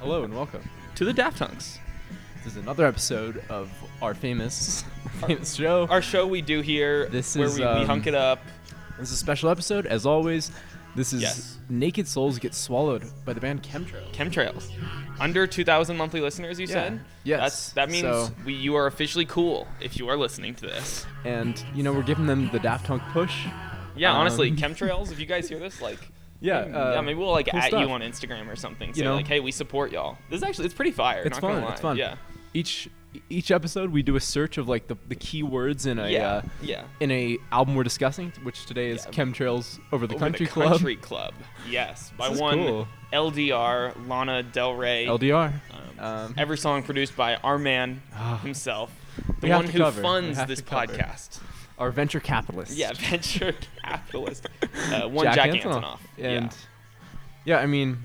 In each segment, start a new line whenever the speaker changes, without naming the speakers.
Hello and welcome.
to the Daft Hunks.
This is another episode of our famous, famous show.
Our show we do here
This
where
is,
we, we
um,
hunk it up.
this is a special episode, as always. This is
Yes.
Naked Souls Get Swallowed by the band Chemtrail.
Chemtrails. Under 2,000 monthly listeners, you said?
Yes.
That's, that means
So-
we, you are officially cool if you are listening to this.
And, you know, we're giving them the Daft Punk push.
Yeah, honestly,
Um,
chemtrails, if you guys hear this, like,
Yeah. uh,
yeah, maybe we'll, like,
cool
at
stuff.
you on Instagram or something. Say,
You know?
like, hey, we support y'all. This is actually, it's pretty fire.
It's
not
fun.
Gonna lie.
It's fun.
Yeah.
Each each episode, we do a search of like the, the key words in a
yeah.
uh,
yeah.
in a album we're discussing, which today is
Yeah.
Chemtrails Over the
Over
Country
the
Club.
Country Club. Yes. By
is
one
cool.
LDR, Lana Del Rey.
LDR.
Um,
Um,
every song produced by our man
Ah.
himself,
We
the
have
one
to
who
cover. We
funds
have
this
to cover.
podcast.
our venture capitalist.
Yeah, venture capitalist. Uh, one Jack, Antonoff.
And yeah, I mean,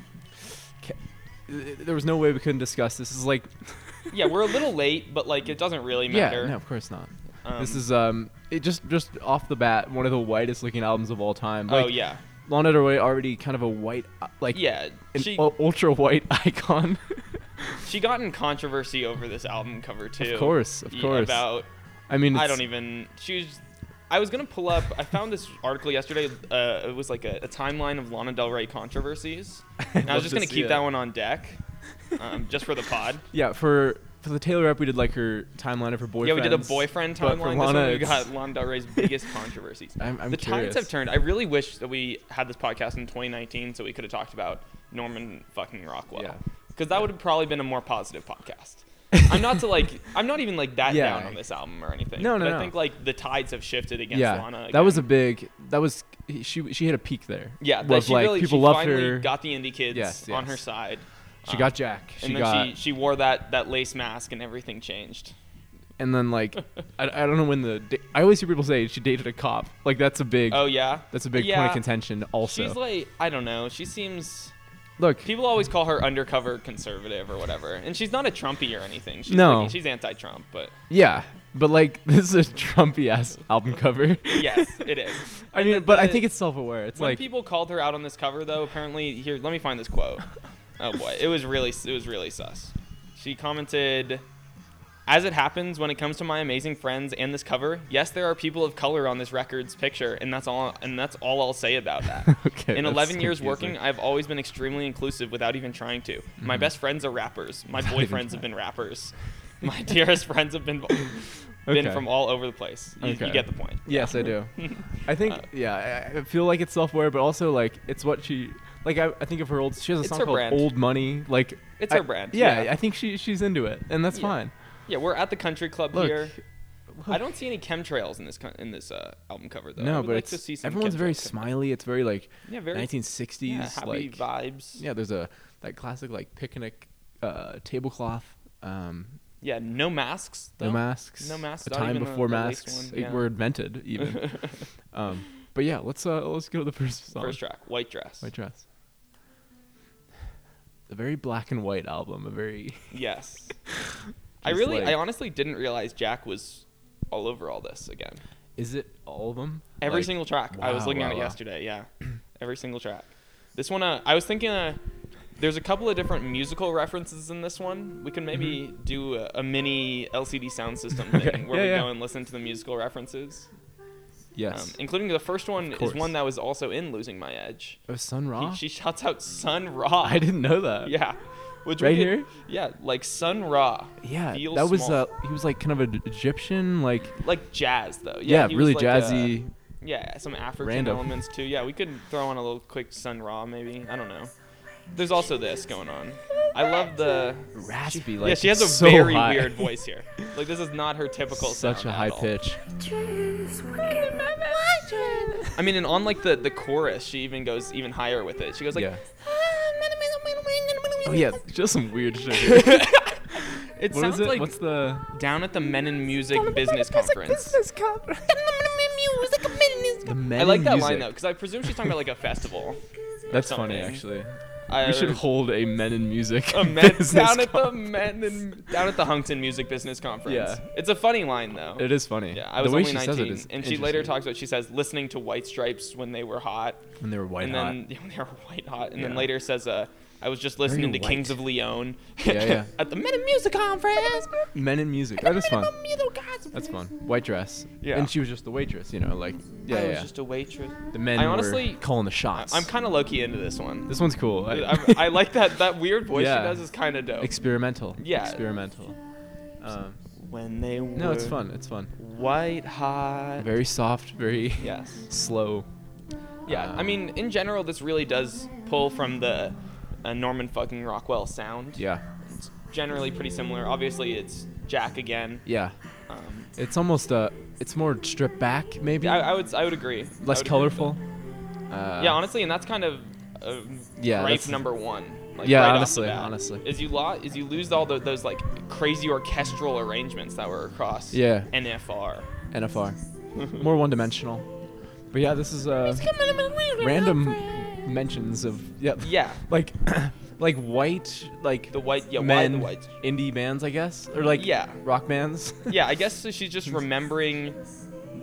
ca- th- there was no way we couldn't discuss this. This is like,
yeah. yeah, we're a little late, but like it doesn't really matter.
yeah, no, of course not. this
Um,
is um, it just just off the bat, one of the whitest looking albums of all time.
oh
Like,
yeah,
Lana Del Rey already kind of a white, uh, like
yeah.
an
She
u- ultra white icon.
she got in controversy over this album cover too.
of course, of
Yeah,
course.
About
I mean,
I
it's-
don't even. She was. I was gonna pull up. I found this article yesterday. Uh, it was like a, a timeline of Lana Del Rey controversies. And I
love
was just
to
gonna
see
keep
it.
that one on deck, um, just for the pod.
Yeah, for for the Taylor rep, we did like her timeline of her boyfriend.
Yeah, we did a boyfriend
but for
timeline. This one
Lana,
we
it's-
got Lana Del Rey's biggest controversies.
I'm- I'm
the
curious.
tides have turned. I really wish that we had this podcast in 2019 so we could have talked about Norman fucking Rockwell.
Yeah.
Because that would have probably been a more positive podcast. I'm not to like. I'm not even like that
Yeah.
down on this album or anything.
No, no,
But I
no.
think like the tides have shifted against
Yeah,
Lana.
that was
again.
a big. That was she. She hit a peak there.
Yeah,
was
that she
like
really
people
she
loved
finally
her.
Got the indie kids
Yes,
on
yes.
her side.
She
Um,
got Jack. She
and then
got,
she she wore that that lace mask and everything changed.
and then like, I, I don't know when the. da- I always hear people say she dated a cop. Like that's a big.
Oh yeah,
that's a big point
yeah.
of contention. Also,
She's like I don't know. She seems
look,
people always call her undercover conservative or whatever, and she's not a Trumpy or anything. She's
No.
like- she's anti-Trump, but
yeah, but like this is a Trumpy ass album cover.
yes, it is.
I
And
mean,
the-
but I
the-
think it's self-aware. It's
when
like
people called her out on this cover though. Apparently, here let me find this quote. Oh boy, it was really it was really sus. She commented. As it happens, when it comes to my amazing friends and this cover, yes, there are people of color on this record's picture, and that's all. And that's all I'll say about that.
Okay,
In
that's
11 years
confusing.
working, uh, I've always been extremely inclusive without even trying to. My best friends are rappers. My
Without even
boyfriends have
trying.
been rappers. My dearest friends have been been
Okay.
from all over the place. You, you
Okay.
get the point.
Yes, I do. I think
Uh,
yeah, I- I feel like it's self-aware, but also like it's what she like. I, I think of her old. She has a
It's
song
her
called
brand.
"Old Money." Like
It's
I-
her brand,
Yeah,
yeah.
I think she she's into it, and that's
Yeah.
fine.
Yeah, we're at the country club
Look,
here. I
look.
don't see any chemtrails in this con- in this uh, album cover though. I
No,
would
but
like
it's
to see some
everyone's very
chemtrails.
smiley. It's very like
Yeah, very-
1960s.
Yeah, happy
like
vibes. Yeah.
yeah, there's a that classic like picnic uh, tablecloth. Um,
no masks.
no
though.
masks.
no masks,
A
not
time
even the-
before
the lace
masks
one,
eh,
yeah.
were invented even. um, but yeah, let's uh, let's go to the first song.
First track, white dress.
White dress. A very black and white album. A very
Yes. I
Just
really,
like-
I honestly didn't realize Jack was all over all this again.
is it all of them?
Every
Like,
single track. I was
wow,
looking
wow,
at it
wow.
yesterday. Yeah, every single track. This one, uh, I was thinking, uh, there's a couple of different musical references in this one. We can maybe do a, a mini LCD sound system thing
Mm-hmm. Okay.
where
Yeah,
we
yeah.
go and listen to the musical references,
Yes.
um, including the first one
course.
is one that was also in Losing My Edge.
oh, Sun
He-
Ra.
she shouts out Sun Ra.
I didn't know that.
Yeah. Which
Right
we could-
here?
Yeah, like Sun Ra.
Yeah,
Feel
that was
small.
uh, he was like kind of an Egyptian, like
like jazz though.
yeah,
he was
really
like, uh,
jazzy.
Yeah, some African
Random.
elements too. Yeah, we could throw on a little quick Sun Ra maybe. I don't know. There's also this going on. I love the
Raspy,
she-
like,
yeah, she has a
so
very
high.
weird voice here. Like this is not her typical
Such
sound
a
at
high
all.
pitch.
I mean, and on like the the chorus, she even goes even higher with it. She goes like,
yeah.
Ah,
Oh yeah, just some weird shit.
it
what
sounds
is it?
like
What's the
down at the Men in Music Business Conference.
the men
I like
in
that
music.
line though, because I presume she's talking about like a festival.
That's
something.
funny actually.
I,
We should hold a men in music.
a men,
business
down at the
con-
men and down at the Huntington Music Business Conference.
Yeah.
it's a funny line though.
It is funny.
Yeah, I
the
was
way
only
she says it
19,
is
and she later
interesting.
talks about she says listening to White Stripes when they were hot,
when they were white
and
hot.
then when they were white hot, and
Yeah.
then later says uh, I was just listening to
white.
Kings of Leon
Yeah, yeah.
at the Meta Music Conference.
Men in music.
At the
That is fun.
Meta Music Conference.
That's fun. White dress.
Yeah.
And she was just the waitress, you know, like yeah,
I was
yeah.
just a waitress.
the men
I honestly-
were calling the
I-
shots.
I'm kind of low key into this one.
This one's cool. I-
I, I like that that weird voice
Yeah.
she does is kind of dope.
experimental.
Yeah.
Experimental. Um,
when they were
no, it's fun. It's fun.
White hot.
Very soft. Very
yes.
slow.
Yeah. I
Um,
mean, in general, this really does pull from the uh, Norman fucking Rockwell sound.
Yeah.
It's generally pretty similar. Obviously, it's Jack again.
Yeah.
Um,
It's almost uh It's more stripped back, maybe.
I, I would I would agree. I
Less
would agree
colorful.
with
Uh,
that. yeah, honestly, and that's kind of uh,
Yeah,
yeah,
that's-
number one. Like,
Yeah,
right off the
honestly,
bat,
honestly.
is you lo- is you lose all tho- those like crazy orchestral arrangements that were across
Yeah.
NFR.
NFR. More one-dimensional. But yeah, this is uh random mentions of yeah.
Yeah,
Like like white like
the white, yeah, why
men
the white?
indie bands, I guess, or like
Yeah.
rock bands.
Yeah, I guess so she's just remembering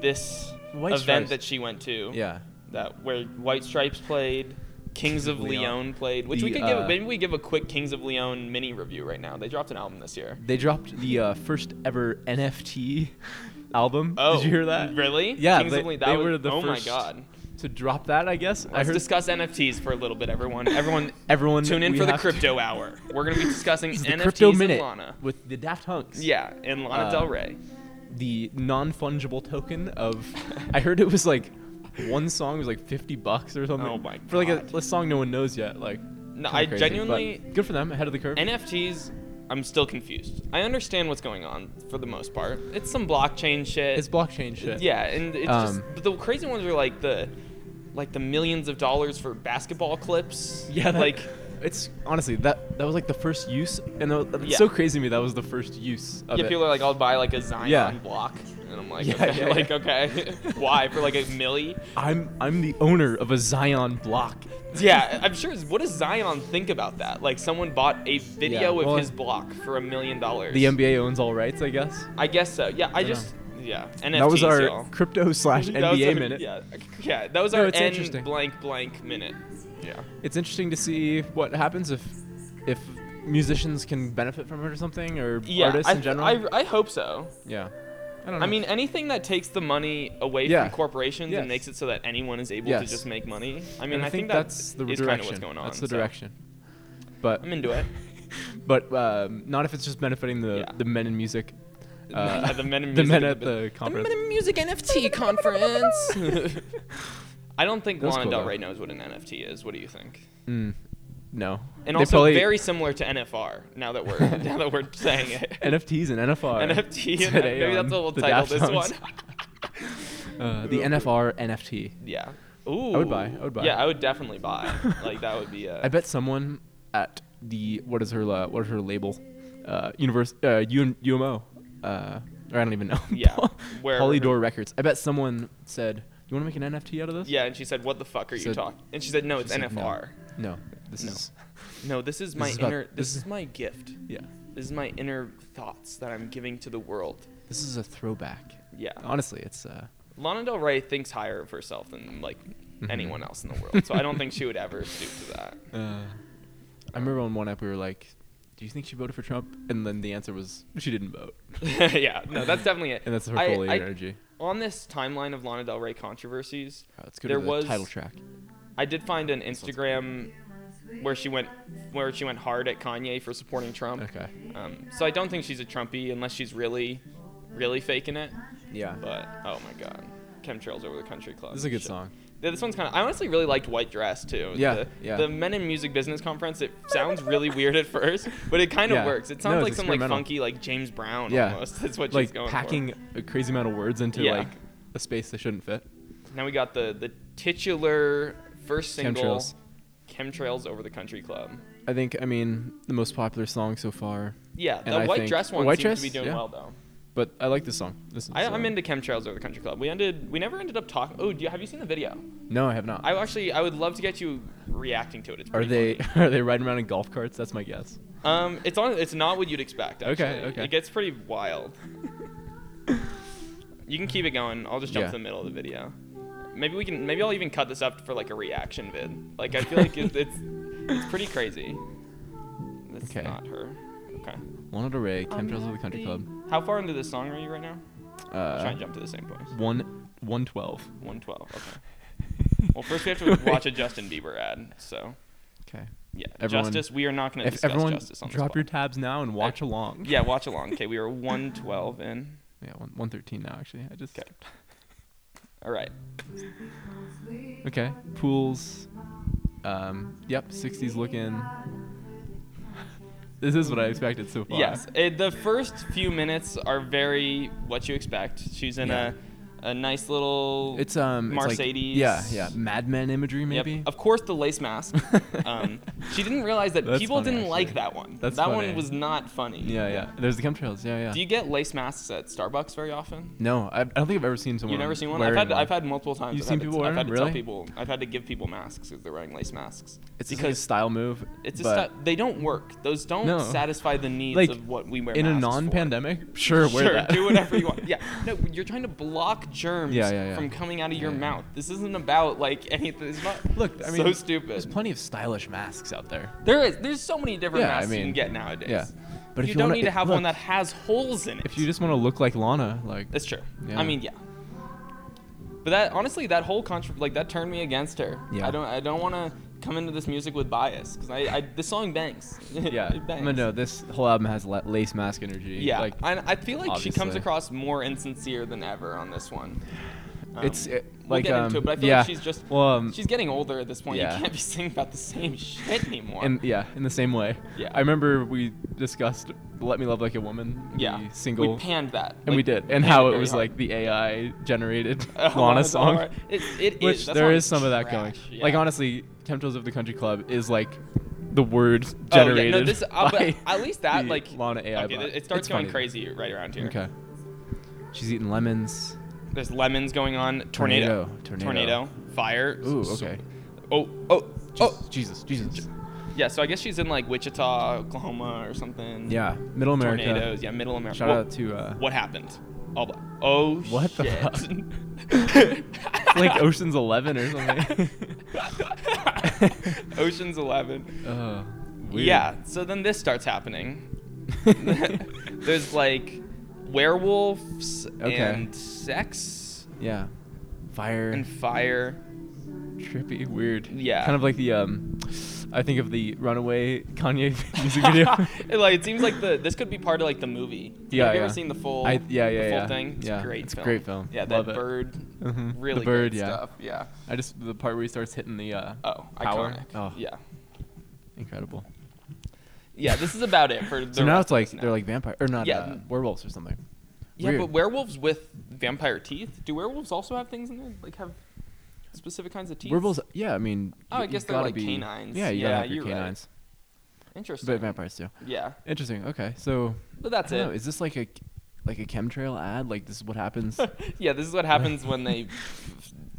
this
White
event
Stripes.
that she went to.
yeah.
that where White Stripes played, Kings of
Leon.
Leon played, which we
The,
could give
uh,
maybe we give a quick Kings of Leon mini review right now. They dropped an album this year.
They dropped the uh, first ever NFT album.
Oh,
Did you hear that?
Really?
Yeah,
Kings
they-
of Leon. That
they
was,
were the
oh
first-
my god.
To drop that, I guess. I
Let's
heard
discuss NFTs for a little bit, everyone. Everyone,
everyone
tune in
we
for the
have to-
crypto hour. We're gonna be discussing
This is the
NFTs
crypto
and
minute
Lana.
with the Daft Hunks.
Yeah, and Lana
Uh,
Del Rey.
the non-fungible token of I heard it was like one song was like 50 bucks or something.
Oh my
For like a,
God.
a song no one knows yet, like kinda
No, I
crazy, but
genuinely
good for them, ahead of the curve.
NFTs. I'm still confused. I understand what's going on for the most part. It's some blockchain shit.
it's blockchain shit.
Yeah, and it's
Um,
just but the crazy ones are like the like the millions of dollars for basketball clips.
Yeah, that-
like
it's honestly that that was like the first use and it, it's
Yeah.
so crazy to me that was the first use of
yeah,
it.
people are like, I'll buy like a Zion
Yeah.
block, and I'm like,
Yeah,
okay,
yeah, yeah.
like okay, why for like a milli?
I'm I'm the owner of a Zion block.
Yeah, I'm sure. it's- What does Zion think about that? Like someone bought a video
Yeah,
of
well,
his block for a million dollars.
The NBA owns all rights, I guess.
I guess so. Yeah, I
Dunno.
just yeah. NFTs,
that was our
y'all.
crypto slash
That was
NBA
our-
minute.
Yeah, yeah, that was
No,
our
it's
N
interesting.
blank blank minute. Yeah.
It's interesting to see what happens if if musicians can benefit from it or something or
Yeah,
artists
I,
in general.
I, I hope so.
yeah. I don't know.
I mean, anything that takes the money away
Yeah.
from corporations
Yes.
and makes it so that anyone is able to
Yes.
just make money. I
And
mean, I think, that's
the
kind
direction.
of what's going on.
that's the
so
direction. But
I'm into it.
but um, not if it's just benefiting the,
Yeah.
the men in music. Uh,
the men in
the
music
men
at
at
the-
the conference.
Music NFT conference. I don't think
That was
Lana
cool,
Del
though.
Rey knows what an NFT is. What do you think?
Mm, no.
And
They
also
probably-
very similar to NFR. Now that we're now that we're saying it.
NFTs and NFR.
NFT and
today
maybe that's
on
what we'll
the
title
Daft
this
Punks.
one.
Uh, the NFR NFT.
yeah. Ooh.
buy- I would buy.
Yeah, I would definitely buy. like that would be a.
I bet someone at the what is her la- what is her label? Uh, universe uh, U- UMO. Uh, or I don't even know.
Yeah, where-
Polydor Records. I bet someone said, "You want to make an NFT out of this?"
Yeah, and she said, "What the fuck are you
Said-
talking?" And she said, "No, it's
said, "No."
NFR."
No. This
No.
is
No, this is my
is about-
inner.
this
this
is-
is my gift.
yeah.
This is my inner thoughts that I'm giving to the world.
This is a throwback.
Yeah.
Honestly, it's uh
Lana Del Rey thinks higher of herself than like
Mm-hmm.
anyone else in the world, so I don't think she would ever stoop to that.
Uh, I remember on one app we were like, "Do you think she voted for Trump?" And then the answer was, "She didn't vote."
yeah, no, that's definitely it.
And that's her
I-
full
I-
energy. Oh,
On this timeline of Lana Del Rey controversies,
Alright, let's go
there
to the
was
title track.
I did find an Instagram where she went where she went hard at Kanye for supporting Trump.
Okay.
Um, so I don't think she's a Trumpy unless she's really, really faking it.
Yeah.
But oh my god, chemtrails over the country club.
This is a good
Shit.
song.
Yeah, this one's kind of. I honestly really liked White Dress too.
Yeah,
the,
yeah.
The Men in Music Business Conference. It sounds really weird at first, but it kind of
Yeah.
works. It
No,
sounds
it's
like some like
experimental.
funky like James Brown.
Yeah.
almost. That's what she's
Like
going
packing a crazy amount of words into
Yeah.
like a space they shouldn't fit.
for. Now we got the the titular first single,
Chemtrails.
Chemtrails over the country club.
I think I mean the most popular song so far,
Yeah,
And
the
I
White
think-
Dress one
White
seems to be
Dress?
doing
Yeah.
well though.
but I like this song. This is,
I,
uh,
I'm into chemtrails over the country club. We ended. We never ended up talking. Oh, do you, have you seen the video?
No, I have not.
I actually. I would love to get you reacting to it. It's
are
pretty
they
funny.
are they riding around in golf carts? That's my guess.
Um, it's on. It's not what you'd expect.
Okay,
Actually.
okay.
It gets pretty wild. you can keep it going. I'll just jump
Yeah.
to the middle of the video. Maybe we can. Maybe I'll even cut this up for like a reaction vid. Like I feel like it's it's, it's pretty crazy. It's
Okay.
Not her. Okay.
Lana Del Rey, Chemtrails of the Country Club.
How far into this song are you right now? I'm
Uh,
trying to jump to the same place.
one, one twelve.
112. Okay. well, first we have to watch a Justin Bieber ad. So,
Okay.
yeah.
Everyone-
justice. We are not going to
If
discuss
everyone
justice on
drop
this
your tabs now and watch along.
Yeah, watch along. Okay, we are 112 in.
Yeah, one, one thirteen now actually. I just.
'Kay. All right.
Okay. Pools. Um. Yep. Sixties looking. This is what I expected so far.
Yes, it, the first few minutes are very what you expect. She's in
Yeah.
a, a nice little.
It's um. it's like-
Mercedes.
yeah. Yeah. Mad Men imagery
Yep,
maybe.
Of course, the lace mask. um, she didn't realize that
That's
people
funny,
didn't like
actually.
that one.
That's
that
funny.
one was not funny.
Yeah. Yeah. There's the chemtrails. Yeah. Yeah.
Do you get lace masks at Starbucks very often?
no, I, I don't think I've ever seen someone.
You've never seen one? I've
wearing
had I've had multiple times.
You've
I've
seen
had
people
to,
wearing
I've had
them?
to tell
Really?
people I've had to give people masks because they're wearing lace masks.
It's just like a
because
style move.
it's
but
just they don't work. Those don't
No.
satisfy the needs
Like,
of what we wear.
in a
masks for.
non-pandemic. Sure. Wear
sure,
that.
do whatever you want. Yeah, no, you're trying to block germs
Yeah, yeah, yeah.
from coming out of your
Yeah, yeah.
mouth. This isn't about like anything. It's not
Look, I
so
mean,
stupid.
There's plenty of stylish masks out there.
There is. There's so many different
Yeah, I
masks you
mean,
can get nowadays.
yeah. But if
you
you
don't
wanna-
need to
if-
have one
look,
that has holes in it.
If you just want to look like Lana, like
that's true.
Yeah.
I mean, yeah. But that honestly, that whole contro- like that turned me against her.
Yeah.
I don't. I don't want to come into this music with bias because I, I this song bangs.
yeah,
it
I
bangs.
mean, no, this whole album has la- lace mask energy.
Yeah.
like
and I feel like she comes
obviously.
across more insincere than ever on this one. Um,
it's it,
we'll
like
get
um,
into it, but I feel
yeah.
like she's just
well, um,
she's getting older at this point.
yeah.
You can't be singing about the same shit anymore.
in, yeah, in the same way.
Yeah.
I remember we discussed "Let Me Love Like a Woman," the
yeah,
single,
We panned that,
and we
like,
did,
panned
and how it
very
was
hard.
like the AI generated
Oh,
Lana
it's
song,
alright. It, it is.
which
That
there
song
is some of that going.
trash,
Like
yeah.
honestly, "Temptations of the Country Club" is like the word
Oh, yeah, no,
generated.
this- uh, but
by
at least that,
the
like-
Lana AI.
Okay,
bot.
th- it starts
It's
going
funny.
crazy right around here.
Okay. She's eating lemons.
There's lemons going on. Tornado.
Tornado, tornado.
Fire.
Ooh,
S-
okay.
Oh, oh, oh.
Jesus, Jesus.
Yeah. So I guess she's in like Wichita, Oklahoma, or something.
Yeah, Middle America.
Tornadoes. Yeah, Middle America.
Shout
Whoa,
out to uh,
What happened? All black. Oh
What the
shit.
it's like Ocean's Eleven or something.
Ocean's Eleven.
uh, weird.
Yeah. So then this starts happening. There's like werewolves
Okay.
and sex
yeah, fire,
and fire.
trippy, weird.
Yeah.
kind of like the um, I think of the Runaway Kanye music video.
It, like it seems like the this could be part of like the movie.
Yeah,
Have you
yeah.
ever seen the full?
I- yeah, yeah,
the full
yeah.
thing. It's
Yeah,
a great.
it's a
film.
great film.
Yeah,
Love
that
it.
bird.
Mhm. The
Really
bird,
great
yeah.
stuff. Yeah.
I just the part where he starts hitting the uh,
Oh,
power.
iconic.
Oh,
Yeah.
incredible.
Yeah. This is about it for. The
So now
rest
it's
of
like
us now.
they're like vampire or not
Yeah.
uh, werewolves or something.
Yeah,
weird.
but werewolves with vampire teeth. Do werewolves also have things in there? Like have specific kinds of teeth?
Werewolves, yeah, I mean,
Oh, I
you- you
guess they're
gotta
like
be-
canines.
Yeah, you
Yeah,
gotta have your
you're right.
canines,
Interesting.
but vampires too.
Yeah.
Interesting. Okay, so
But that's
I don't know,
it.
is this like a like a chemtrail ad? Like this is what happens?
yeah, this is what happens when they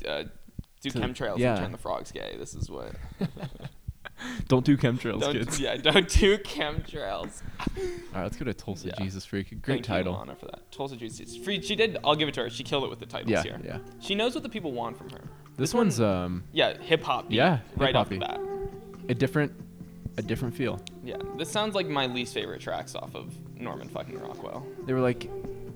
uh, do
To-
chemtrails
yeah.
and turn the frogs gay. This is what.
don't do chemtrails,
don't,
kids.
Yeah, don't do chemtrails.
All right, let's go to Tulsa
Yeah.
Jesus Freak. Great
Thank
title.
You, Lana, for that. Tulsa Juice. It's free. She did. I'll give it to her. She killed it with the titles
Yeah,
here.
yeah.
She knows what the people want from her.
This one's um
Yeah, hip hop. beat,
Yeah,
right off the
hip-hop
bat.
a different a different feel.
Yeah, this sounds like my least favorite tracks off of Norman fucking Rockwell.
They were like,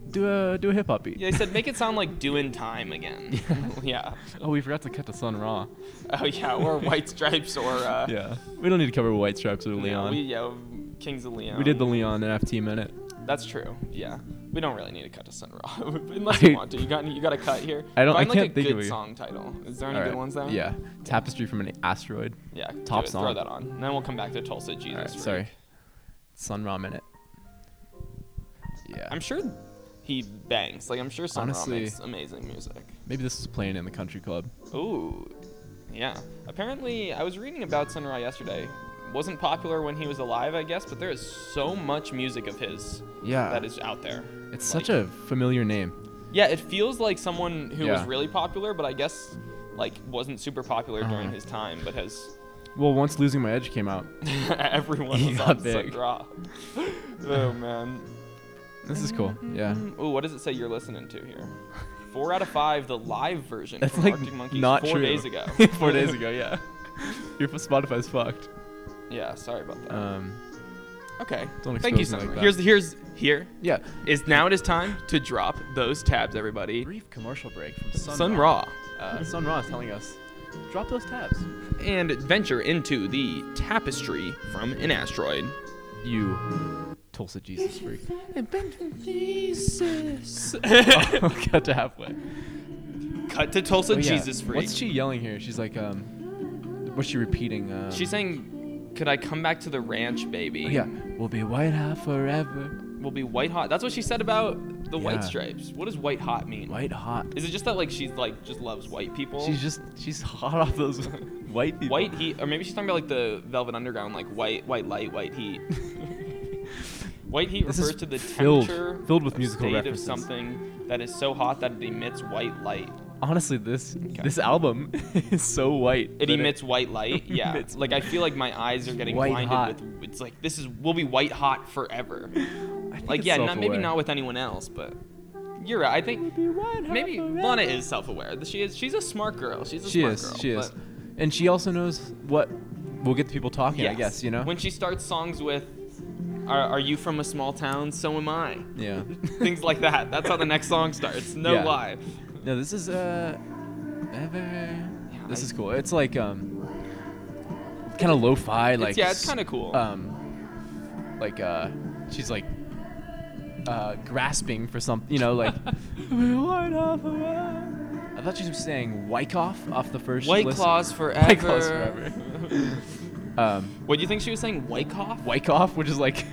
do a do a hip hop beat.
Yeah, they said make it sound like doing time again. Yeah.
Oh, we forgot to cut the sun raw.
Oh yeah, or White Stripes or uh,
Yeah, we don't need to cover White Stripes or Leon.
We, um,
we,
yeah, Kings of Leon.
did the Leon NFT minute.
That's true. Yeah, we don't really need to cut to Sun Ra unless you
Dude.
want to. You got any- you got a cut here.
I don't- I
Find, like,
can't
a
think
good
of it.
song title. Is there any
All right.
good ones there?
Yeah, Tapestry from an Asteroid.
Yeah. do
Top
it. Throw
song.
that on. And then we'll come back to Tulsa Jesus.
All right,
Freak.
sorry, sun raw minute. Yeah,
I'm sure he bangs. Like I'm sure Sun Ra
Honestly-
makes amazing music.
maybe this is playing in the country club.
Ooh, yeah. Apparently, I was reading about Sun Ra yesterday. Wasn't popular when he was alive, I guess, but there is so much music of his
Yeah,
that is out there.
It's
Like-
such a familiar name.
Yeah, it feels like someone who was
Yeah.
really popular, but I guess like wasn't super popular during
Uh-huh.
his time, but has
Well, once Losing My Edge came out,
everyone
He
was
got
on
big.
Sakura. oh man.
this is cool. Yeah.
Ooh, what does it say you're listening to here? Four out of five, the live version.
That's
from
like
Arctic Monkeys
not
four
true.
days ago.
four days ago, yeah. Your Spotify's fucked.
yeah, sorry about that.
Um,
Okay.
Don't
Thank
expose
you
me
so
like
much.
that.
Here's here's here
Yeah.
is now it is time to drop those tabs, everybody.
Brief commercial break from Sun,
Sun
Ra.
Ra.
Uh, Sun Ra is telling us, drop those tabs.
And venture into the tapestry from an asteroid.
You, Tulsa Jesus freak.
Jesus.
Got to halfway.
Cut to Tulsa
Oh, yeah.
Jesus freak.
What's she yelling here? She's like, um, what's she repeating? Um,
She's saying, "Could I come back to the ranch, baby?
oh, yeah, we'll be white hot forever.
We'll be white hot." That's what she said about the
Yeah.
white stripes. What does white hot mean?
White hot.
Is it just that like she's like just loves white people?
She's just she's hot off those white people.
white heat, or maybe she's talking about like the Velvet Underground, like white, white light, white heat. white heat
This is
refers to the
filled-
temperature
filled with
or
musical
state
references.
of something that is so hot that it emits white light.
Honestly, this this album is so white.
It
that
emits white light. Yeah,
emits
like I feel like my eyes are getting
White
blinded
hot.
with. It's like this is we'll be white hot forever.
I think
Like
it's
yeah, not, maybe
self-aware.
not with anyone else, but you're right. I think maybe Lana is self-aware. She is. She's a smart girl. She's a
She
smart
is.
girl.
she is.
but-
And she also knows what will get the people talking. I
Yes.
guess you know.
When she starts songs with, are, are you from a small town? So am I.
yeah.
Things like that. That's how the next song starts. No
Yeah.
lie.
No, this is uh, ever. this
I-
is cool. It's like um, kind of lo-fi, like
yeah, it's
s-
kinda cool.
Um, like uh, she's like uh, grasping for something, you know, like. I thought she was saying Wyckoff off the first.
White
listen.
Claws forever.
White Claws forever. um,
What do you think she was saying? Wyckoff?
Wyckoff, which is like,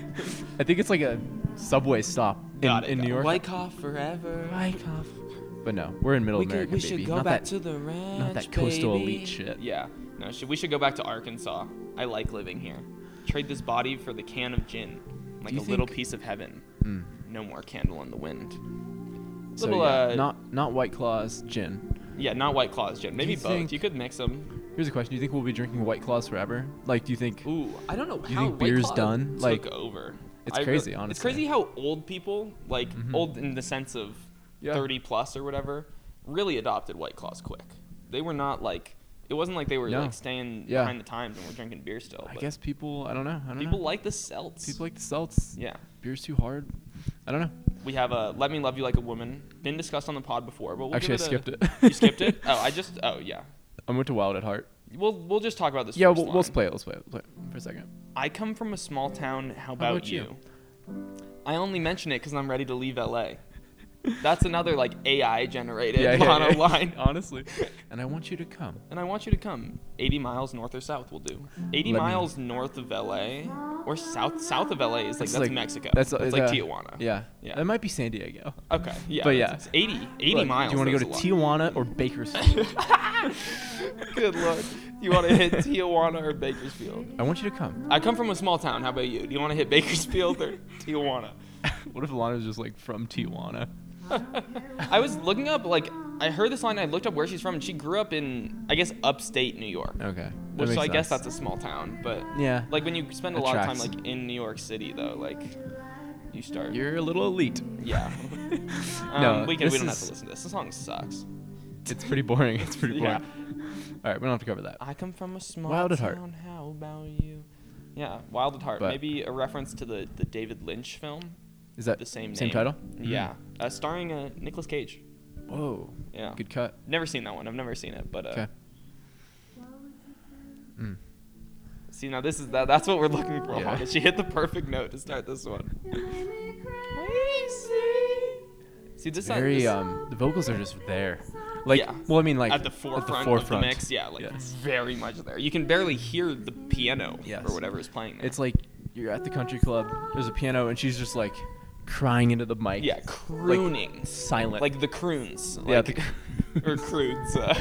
I think it's like a subway stop in,
Got it,
in
got
New
it.
York.
Wyckoff forever.
Wyckoff. But no, we're in Middle
we,
America,
could, we should
baby.
go
Not
back
that
to the ranch.
not that coastal
baby.
elite shit.
Yeah. No, should, we should go back to Arkansas. I like living here. Trade this body for the can of gin, like a
you
little
think-
piece of heaven.
Mm.
No more candle in the wind.
So
little,
yeah,
uh,
not not White Claws gin.
Yeah, not White Claws, Jim. Maybe
you
both.
think-
You could mix them.
Here's a question: Do you think we'll be drinking White Claws forever? Like, do you think?
Ooh, I don't know
you
how
think
White
beer's
Claw
done?
took
Like,
over.
it's
I
crazy,
It's
honestly. Mm-hmm.
crazy how old people, like old in the sense of
Yeah.
30 plus or whatever, really adopted White Claws quick. They were not like it wasn't like they were
No.
like staying
Yeah.
behind the times and were drinking beer still.
I
but
guess people. I don't know. I don't
people
know.
like the Celts.
people like the Celts.
yeah.
Beer's too hard. I don't know.
We have a "Let Me Love You Like a Woman." Been discussed on the pod before, but we'll
Actually, I
give it
skipped
a,
it.
You skipped it? Oh, I just. Oh, yeah.
I went to Wild at Heart.
We'll we'll just talk about this.
Yeah,
first
we'll, we'll
line.
play it. Let's play it. Let's play it for a second.
I come from a small town. How about,
about
you?
you?
I only mention it because I'm ready to leave LA. That's another like AI generated
Yeah, yeah,
mono
yeah.
line.
Honestly. And I want you to come.
And I want you to come. 80 miles north or south will do. 80
Let me-
miles north of LA or south south of LA is like
It's
that's Mexico.
That's,
it's
it's,
like
uh,
Tijuana.
Yeah.
Yeah.
Yeah. That might be San Diego.
Okay. Yeah.
But
that's-
yeah.
it's 80 80
Look,
miles.
Do you want to go to
that's a lot.
Tijuana or Bakersfield?
Good lord. You want to hit Tijuana or Bakersfield?
I want you to come.
I come from a small town. How about you? Do you want to hit Bakersfield or Tijuana?
What if Alana's just like from Tijuana?
I was looking up like I heard this line. I looked up where she's from, and she grew up in I guess upstate New York,
Okay.
which so I guess that's a small town. But
Yeah.
like when you spend a
That
lot of time
tracks.
like in New York City though, like you start.
You're a little elite.
yeah. um,
No,
we, can, we
this
don't have
is-
to listen to this. The song sucks.
It's pretty boring. It's pretty
Yeah. Uh,
boring. All right, we don't have to cover that.
I come from a small
Wild at
town.
Heart.
How about you? Yeah, Wild at Heart.
But-
Maybe a reference to the the David Lynch film,
Is that
the same
Uh, same
name.
title? Mm.
Yeah, uh, starring uh, Nicolas Cage.
Whoa.
Yeah.
Good cut.
Never seen that one. I've never seen it, but uh,
Okay. Mm.
See now this is that that's what we're looking for.
Yeah.
Hannah. She hit the perfect note to start this one. See this
Very
this,
um, the vocals are just there. Like,
Yeah.
well, I mean, like
at the forefront of the
forefront.
mix, yeah, like
Yes.
very much there. You can barely hear the piano
Yes.
or whatever is playing. There.
It's like you're at the country club. There's a piano, and she's just like crying into the mic.
yeah, crooning,
silent.
like the croons,
Yeah,
like,
the-
or croons. Uh,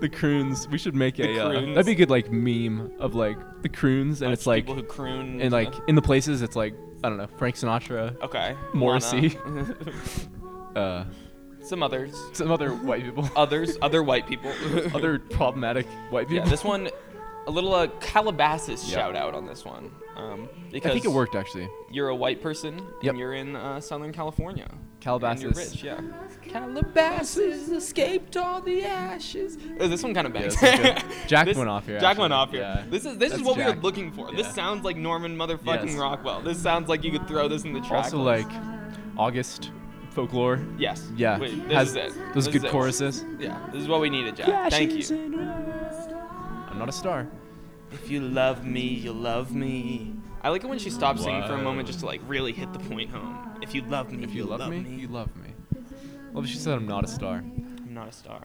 the croons. We should make
The
a. Uh,
croons.
that'd be a good like meme of like the croons, and it's like
people who croon
and like in the places it's like I don't know Frank Sinatra,
Mm-hmm. okay,
Morrissey.
Lana.
uh,
some others,
some other white people,
others, other white people,
other problematic white people.
Yeah, this one, a little uh, Calabasas
Yeah.
shout out on this one. Um, because
I think it worked actually.
You're a white person
Yep.
and you're in uh, Southern California. And you're
Calabasas.
rich, yeah. Calabasas escaped all the ashes. Oh, this one kind of bangs.
this is good. Jack
This-
went off here,
Jack went
actually.
off here.
Yeah.
This is this is
That's
what we were
Jack.
looking for. This
Yeah.
sounds like Norman motherfucking
Yes.
Rockwell. This sounds like you could throw this in the track.
Also,
list.
like August folklore.
yes,
Yeah,
Wait, this
has
is it.
those
This is
good
it.
choruses.
Yeah, this is what we needed, Jack. Thank you.
I'm not a star.
If you love me, you love me. I like it when she stops singing for a moment just to like really hit the point home. If you love me,
If you love, me, you love me. Well, she said I'm not a star.
I'm not a star.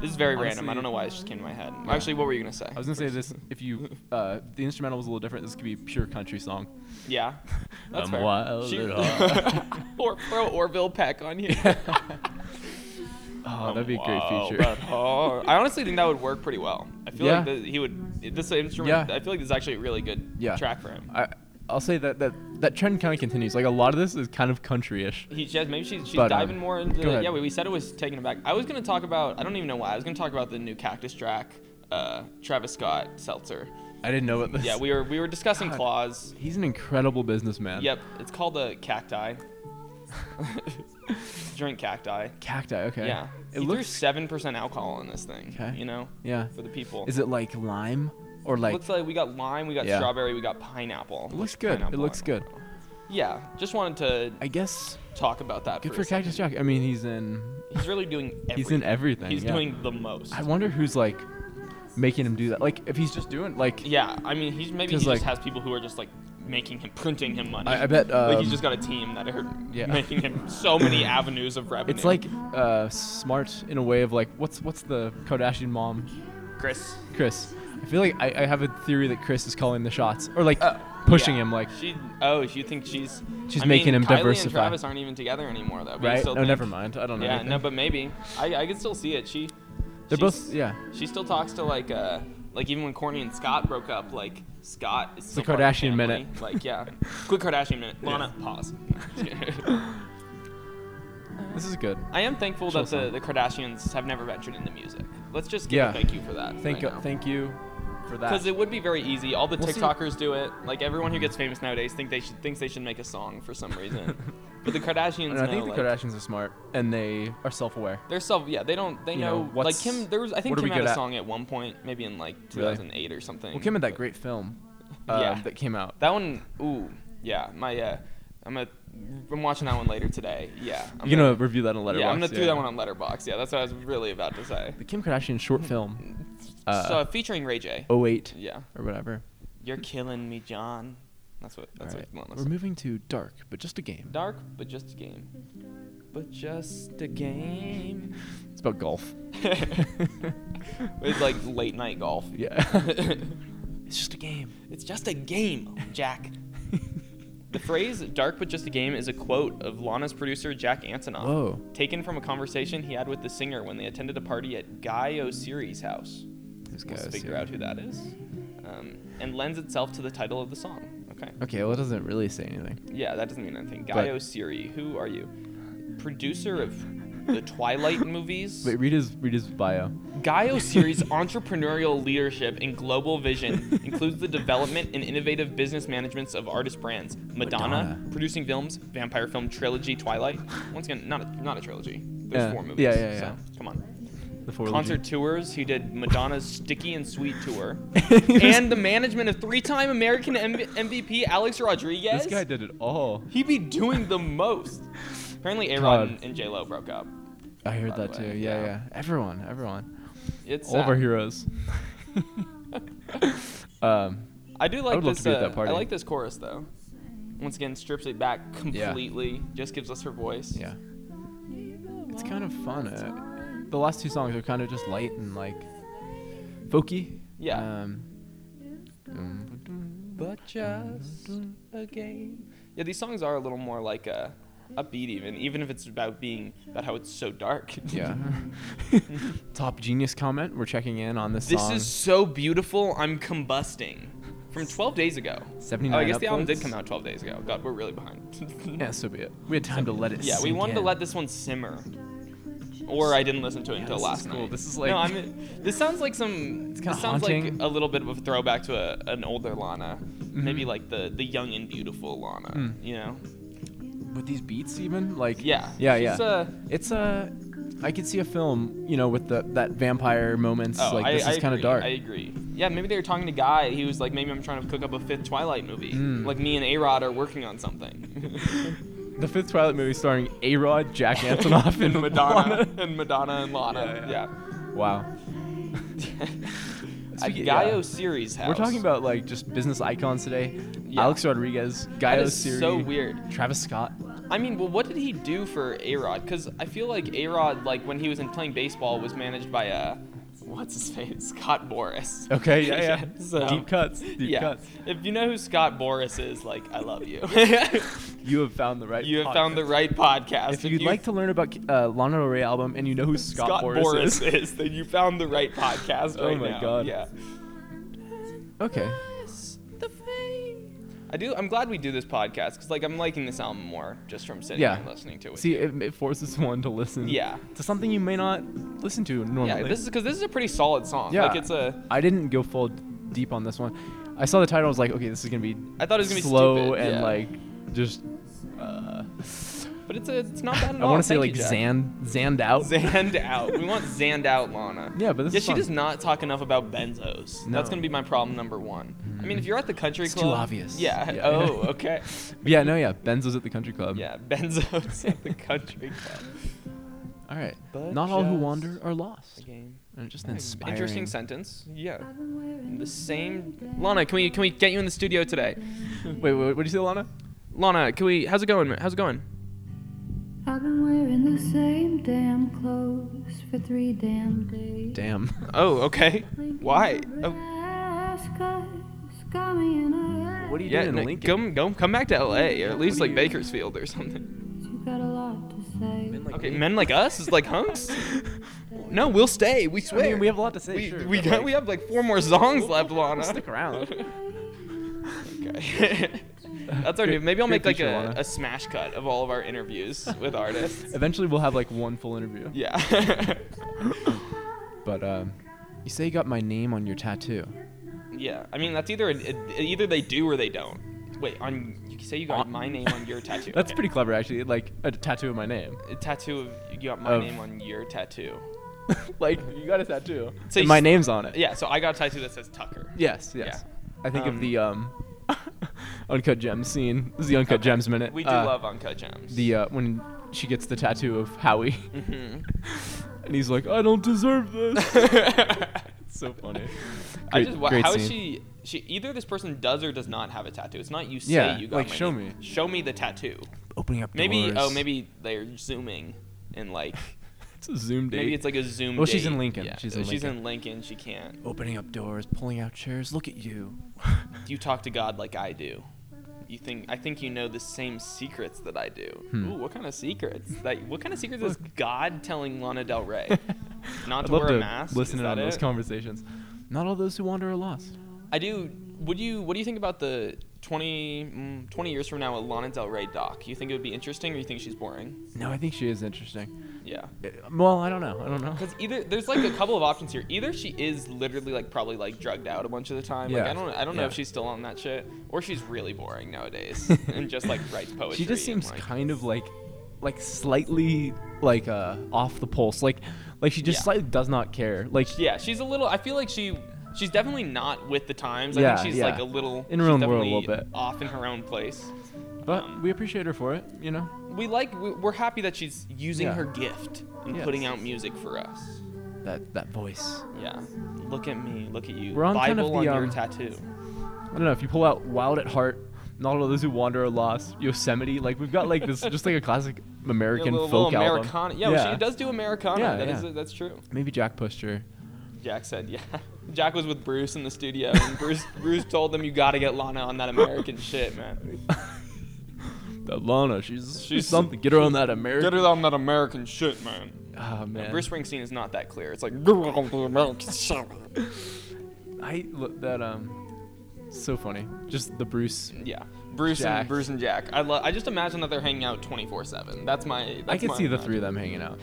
This is very random. I don't know why it just came to my head.
Yeah.
Actually, what were you gonna say?
I was gonna say this. If you, uh, the instrumental was a little different. This could be a pure country song.
Yeah, that's
I'm
fair.
wild
She-
at heart.
or throw Orville Peck on you.
Oh, that'd be a great
Wow,
feature.
but hard. I honestly think that would work pretty well. I feel like
Yeah.
that he would. This instrument.
Yeah.
I feel like this is actually a really good
Yeah.
track for him.
I, I'll say that that that trend kind of continues. Like a lot of this is kind of countryish.
He just maybe she's, she's
But, um,
diving more into.
go
The,
ahead.
yeah, we, we said it was taking it back. I was gonna talk about. I don't even know why. I was gonna talk about the new Cactus track, uh, Travis Scott Seltzer.
I didn't know what this.
Yeah, we were we were discussing
God.
claws.
He's an incredible businessman.
Yep, it's called a cacti. Drink cacti.
Cacti. Okay.
Yeah,
It
he
looks.
threw seven percent alcohol in this thing.
Okay.
You know,
yeah.
for the people.
Is it like lime or like?
looks like we got lime, we got
Yeah.
strawberry, we got pineapple.
it looks
Which
good. It
pineapple
looks
I
good.
don't know. Yeah, just wanted to
I guess
talk about that.
good
a
for
second.
Cactus Jack. I mean, he's in.
He's really doing everything.
He's in everything.
He's
yeah.
doing the most.
I wonder who's like making him do that. Like if he's just doing like
yeah, I mean, he's maybe he
'Cause, like-
just has people who are just like making him, printing him money.
I- I bet,
like he's
um,
just got a team that are
yeah.
making him so many avenues of revenue.
it's like uh smart in a way of like what's what's the Kardashian mom
Chris
Chris. I feel like I, I have a theory that Chris is calling the shots or like Uh, pushing
Uh, Yeah.
him like
she. Oh, you think she's?
She's
I
making
mean,
him
Kylie
diversify.
and Travis aren't even together anymore though. but you
right.
still
Oh,
think-
never mind. I don't know.
Yeah, no,
anything.
but maybe I, I can still see it. She.
they're
she's-
both yeah.
She still talks to like uh like even when Corny and Scott broke up, like Scott is still
the
part of
Kardashian
family.
minute.
Like yeah, quick Kardashian minute. Lana, pause.
This is good.
I am thankful
Chill
that the,
song.
the Kardashians have never ventured into music. Let's just give
Yeah.
a thank you for that.
Thank
right
thank you for that.
Because it would be very easy. All the
We'll see.
TikTokers do it. Like everyone who gets famous nowadays think they should thinks they should make a song for some reason. but the Kardashians.
And I think
know,
the
like,
Kardashians are smart and they are self-aware.
They're self, yeah. They don't. They
You know,
know, like
what's-
Kim. There was, I think
what are
Kim
we
had
good
a
at?
song at one point, maybe in like
Really?
2008 or something.
Well, Kim had
but-
that great film um,
Yeah.
that came out.
That one, ooh, yeah. My, uh, I'm gonna, I'm watching that one later today. Yeah. I'm
you know, review that on Letterboxd.
yeah, I'm gonna do that one on Letterbox. Yeah, that's what I was really about to say.
The Kim Kardashian short film,
Hmm. so
uh,
featuring Ray J.
08
Yeah.
or whatever.
You're killing me, John. That's what. That's
Alright,
what.
We're
Removed.
moving to dark, but just a game.
Dark, but just a game. But just a game.
It's about golf.
it's like late night golf.
Yeah. it's just a game.
It's just a game, Jack. the phrase "dark but just a game" is a quote of Lana's producer Jack Antonoff,
Whoa.
taken from a conversation he had with the singer when they attended a party at Guy O'Siri's house.
This
Let's
guy's-
figure out who that is, um, and lends itself to the title of the song. Okay,
Okay, well, it doesn't really say anything.
yeah, that doesn't mean anything. Guy
But-
O'Siri, who are you? Producer of the Twilight movies.
Wait, read his read his bio.
Gaio Series' entrepreneurial leadership and global vision includes the development and innovative business managements of artist brands Madonna,
Madonna.
producing films, vampire film trilogy Twilight. Once again, not a, not a trilogy. There's
Yeah.
four
Yeah,
movies.
yeah, yeah.
So, come on.
The four
Concert tours. He did Madonna's Sticky and Sweet tour,
and
and the management of three-time American M- MVP Alex Rodriguez.
this guy did it all.
he be doing the most. Apparently, A Rod
God.
and J Lo broke up.
I heard
By
that
the
too.
way,
Yeah,
yeah.
yeah, Everyone, everyone.
It's
All of our
sad.
heroes. um,
I do like
would love
this.
to be at
uh,
that party.
I like this chorus though. Once again, strips it back completely. Just gives us her voice.
yeah. It's kind of fun. Uh, the last two songs are kind of just light and like folky.
Yeah.
Um, um,
But just a game. Yeah, these songs are a little more like uh, upbeat, even even if it's about being about how it's so dark.
yeah. Top genius comment. We're checking in on this,
this
song.
is so beautiful. I'm combusting. From 12 days ago. Oh,
79
I guess the album did
upvotes?
come out 12 days ago. God, we're really behind.
Yeah, so be it. We had time to let it.
Yeah, we
sink
wanted to
in.
let this one simmer. Or I didn't listen to it until
this
last
is cool.
night.
This is like-
no, I mean, this sounds like some.
kinda
this sounds
haunting. Mm-hmm.
like a little bit of a throwback to
Hmm.
a, an older Lana, maybe like the the young and beautiful Lana. You know,
with these beats even like
Yeah.
yeah yeah
She's, uh,
it's a I could see a film you know with the that vampire moments
oh,
like
I,
this
I
is kind of
agree,
dark
I agree. Yeah, maybe they were talking to Guy. He was like, maybe I'm trying to cook up a fifth Twilight movie.
Mm.
Like me and A Rod are working on something.
the fifth Twilight movie starring A Rod Jack Antonoff and
Madonna
Lana.
and Madonna and Lana.
Yeah, wow
A
Speaking-
Gaio
yeah.
series house.
we're talking about like just business icons today
Yeah.
Alex Rodriguez
that
Gaio
is
Siri
so weird.
Travis Scott
I mean, well, what did he do for A Rod? Because I feel like A Rod, like when he was in playing baseball, was managed by uh, what's his face, Scott Boris.
okay yeah yeah
so-
deep cuts deep
yeah.
cuts
If you know who Scott Boris is, like I love you.
you have found the right
you have
podcast.
found the right podcast.
if you'd like to learn about uh, Lana Del Rey album and you know who Scott, Boris, is,
then you found the right podcast
Oh
right
my
now.
God.
Yeah.
okay.
I do. I'm glad we do this podcast because, like, I'm liking this album more just from sitting
Yeah.
and listening to it.
See, it, it forces one to listen.
Yeah.
To something you may not listen to normally.
yeah, this is because this is a pretty solid song.
Yeah.
like it's a.
I didn't go full deep on this one. I saw the title. I was like, okay, this is gonna be.
I thought it was gonna be
slow
stupid,
and
yeah.
like just. Uh,
But it's a. It's not bad at
I
all.
want to say like
Thank you, Jack.
Zand zanned out.
Zand out. We want Zand out, Lana.
Yeah, but this
yeah,
is
she
fun.
does not talk enough about benzos.
No.
That's gonna be my problem number one. I mean, if you're at the country
It's too
club,
obvious.
Yeah.
Yeah. Um,
Oh, okay.
yeah, no, yeah. Benzo's at the country club.
Yeah, benzos at the country club.
All right.
But
not all who
just
wander are
The
lost.
game.
And it's just
Yeah,
inspiring.
Interesting sentence. Yeah. The same. Lana, can we can we get you in the studio today?
Wait, wait, what did you say, Lana?
Lana, can we? How's it going? man? How's it going?
I've been wearing the same damn clothes for three damn days.
Damn.
Oh, okay.
Blinking
Why?
the
Oh,
grass cuts got me in a
What do you
yeah.
doing
no,
in Lincoln?
Go, go, come back to L.A. or at least
What do
like
you-
Bakersfield or something.
you? You got a lot to say.
Men like
Okay,
me.
men like us is like hunks. No, we'll stay. We
I
swear.
mean, we have a lot to say.
we,
sure,
we
but,
got
like,
we have like four more songs
we'll-
left,
we'll
Lana.
stick around.
okay. That's our
Good-
new. Maybe I'll
good
make like
feature,
a,
Lana.
a smash cut of all of our interviews with artists.
Eventually, we'll have like one full interview.
Yeah.
But um, you say you got my name on your tattoo.
yeah. I mean, that's either a, a- either they do or they don't. Wait, on you say you got
On-
my name on your tattoo.
That's
Okay.
pretty clever, actually. Like a tattoo of my name.
A tattoo of you got my
Of-
name on your tattoo.
like you got a tattoo.
So
and
you
my
s-
name's on it.
Yeah. So I got a tattoo that says Tucker.
Yes. Yes. I think
Um,
of the um, uncut gems scene. This is the uncut
Okay.
gems minute.
We do
Uh,
love uncut gems.
the uh, when she gets the tattoo of Howie,
Mhm.
and he's like, "I don't deserve this." It's so funny.
I
Great-
just wa-
great
how is
scene.
she she either this person does or does not have a tattoo. It's not you say
Yeah,
you got
like,
my
show
name.
me.
Show me the tattoo.
opening up
Maybe
doors.
oh maybe they're zooming and like
it's a Zoom date.
maybe it's like a zoom
Well, she's
date.
in Lincoln.
Yeah.
She's
oh,
in
she's
Lincoln.
in Lincoln. She can't.
opening up doors, pulling out chairs. Look at you.
You talk to God like I do. You think I think you know the same secrets that I do.
Hmm.
Ooh, what kind of secrets? That what kind of secrets is God telling Lana Del Rey? Not
I'd
to
love
wear
to
a mask.
Listen
Is
in on
that
those
it?
conversations. Not all those who wander are lost.
I do. Would you? What do you think about the 20, mm, 20 years from now, a Lana Del Rey doc? You think it would be interesting, or you think she's boring?
No, I think she is interesting.
Yeah.
Uh, Well, I don't know. I don't know.
Because either there's like a couple of options here. Either she is literally like probably like drugged out a bunch of the time. Like
Yeah.
I don't I don't know
Yeah.
if she's still on that shit, or she's really boring nowadays and just like writes poetry.
She just
and,
seems
like-
kind of like, like slightly like uh off the pulse. Like, like she just
Yeah.
slightly does not care. Like,
Yeah, she's a little. I feel like she she's definitely not with the times. I
Yeah,
think she's
yeah.
like a little
In her own
she's
world a little
definitely
bit.
off in her own place. Um,
but we appreciate her for it. You know.
We like we- we're happy that she's using
Yeah.
her gift and
Yes.
putting out music for us.
That that voice.
Yeah. Look at me. Look at you.
We're on kind of
Bible
the,
on your
um,
tattoo.
I don't know. If you pull out Wild at Heart, Not All Those Who Wander Are Lost, Yosemite. Like we've got like this just like a classic American
little,
folk
little
album.
Americana. Yeah, well, she does do Americana.
Yeah,
That is
yeah.
that's true.
Maybe Jack pushed her.
Jack said, yeah. Jack was with Bruce in the studio, and Bruce Bruce told them you got to get Lana on that American shit, man.
That Lana, she's she's
She's-
something. Get her on that American.
Get her on that American shit, man.
Oh man.
Bruce Springsteen is not that clear. It's like
I look that um, so funny. Just the Bruce.
yeah. Bruce
Jack.
and Bruce and Jack. I lo- I just imagine that they're hanging out 24/7. That's my that's
I could
my
see the
imagine-
three of them hanging out.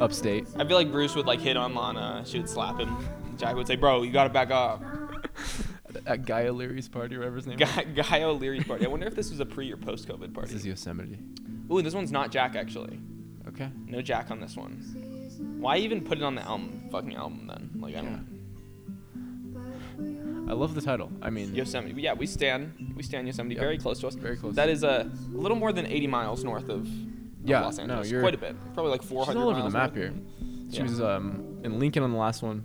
Upstate.
I feel like Bruce would like hit on Lana. She would slap him. Jack would say, "Bro, you gotta back off."
at Guy O'Leary's party, or whatever his name. was.
Guy, Guy O'Leary's party. I wonder if this was a pre or post COVID
This is
party.
Yosemite.
Ooh, this one's not Jack actually.
Okay.
No Jack on this one. Why even put it on the album? Fucking album then. Like I
Yeah.
don't.
I love the title. I mean,
Yosemite. Yeah, we stand. We stand Yosemite.
Yep.
Very close to us.
Very close.
That is a little more than 80 miles north of, of
Yeah,
Los
no,
Angeles.
you're-
Quite a bit. Probably like
she's
400.
all over the
miles
map
north.
here. She
Yeah.
was um, in Lincoln on the last one.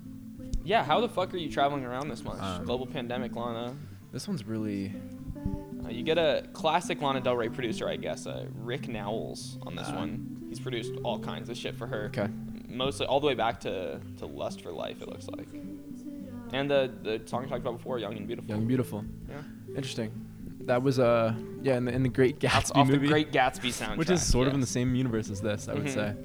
Yeah. How the fuck are you traveling around this much?
Um,
Global pandemic, Lana.
This one's really.
Uh, you get a classic Lana Del Rey producer, I guess, uh, Rick Nowels on this
Uh,
one. He's produced all kinds of shit for her.
Okay.
Mostly all the way back to, to Lust for Life, it looks like. And the, the song we talked about before, Young and Beautiful.
Young and Beautiful.
Yeah.
Interesting. That was uh yeah in the, in the Great Gatsby
That's off
movie,
the Great Gatsby soundtrack.
which is sort of in the
yes.
same universe as this. I would
Mhm.
say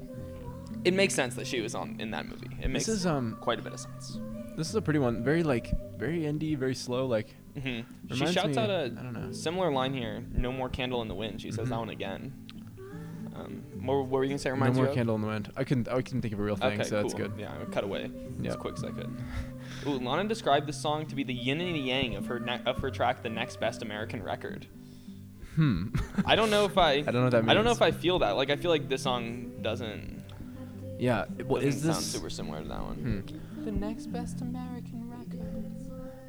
It makes sense that she was on in that movie. It makes
this is um
quite a bit of sense.
this is a pretty one. Very like very indie, very slow. Like
hmm She
Reminds
shouts
me- uh,
out
I don't know.
a similar line here. No more candle in the wind. She says that
Mhm.
one again. Um, what, what were you gonna say? it
no
Reminds
more
you of?
candle in the wind. I couldn't I couldn't think of a real thing,
Okay,
so that's
cool.
good.
Yeah, I would cut away as
Yep.
quick as I could. Ooh, Lana described this song to be the yin and the yang of her ne- of her track, the next best American record.
Hmm.
I don't know if I. I
don't know what that
I don't know
means.
if I feel that. Like I feel like this song doesn't.
yeah. it- What
doesn't
is
sound
this?
super similar to that
Hmm.
one. The next best American record.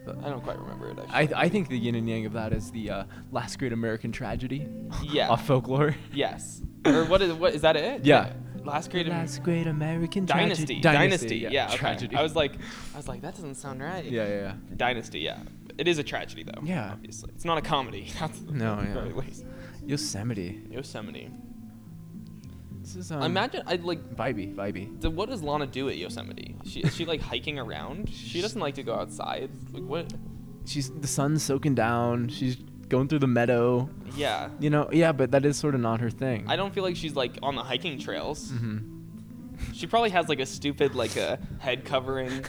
I don't quite remember it.
I,
Actually.
I think the yin and yang of that is the uh, last great American tragedy.
Yeah.
Off folklore.
yes. Or what is what is that it?
Yeah.
Last grade. of
Last great American tragedy.
Dynasty. Dynasty. Yeah. okay.
Tragedy.
I was like, I was like, that doesn't sound right.
yeah, yeah, yeah.
Dynasty. Yeah. It is a tragedy though.
Yeah.
Obviously, it's not a comedy. That's
No,
at the
yeah.
Very least.
Yosemite.
Yosemite.
This is um,
Imagine I like.
vibey, vibey.
The, what does Lana do at Yosemite? She is she like hiking around? She doesn't like to go outside. Like what?
She's the sun's soaking down. She's going through the meadow.
Yeah.
You know, yeah, but that is sort of not her thing.
I don't feel like she's like on the hiking trails.
Mm-hmm.
She probably has like a stupid like a head covering,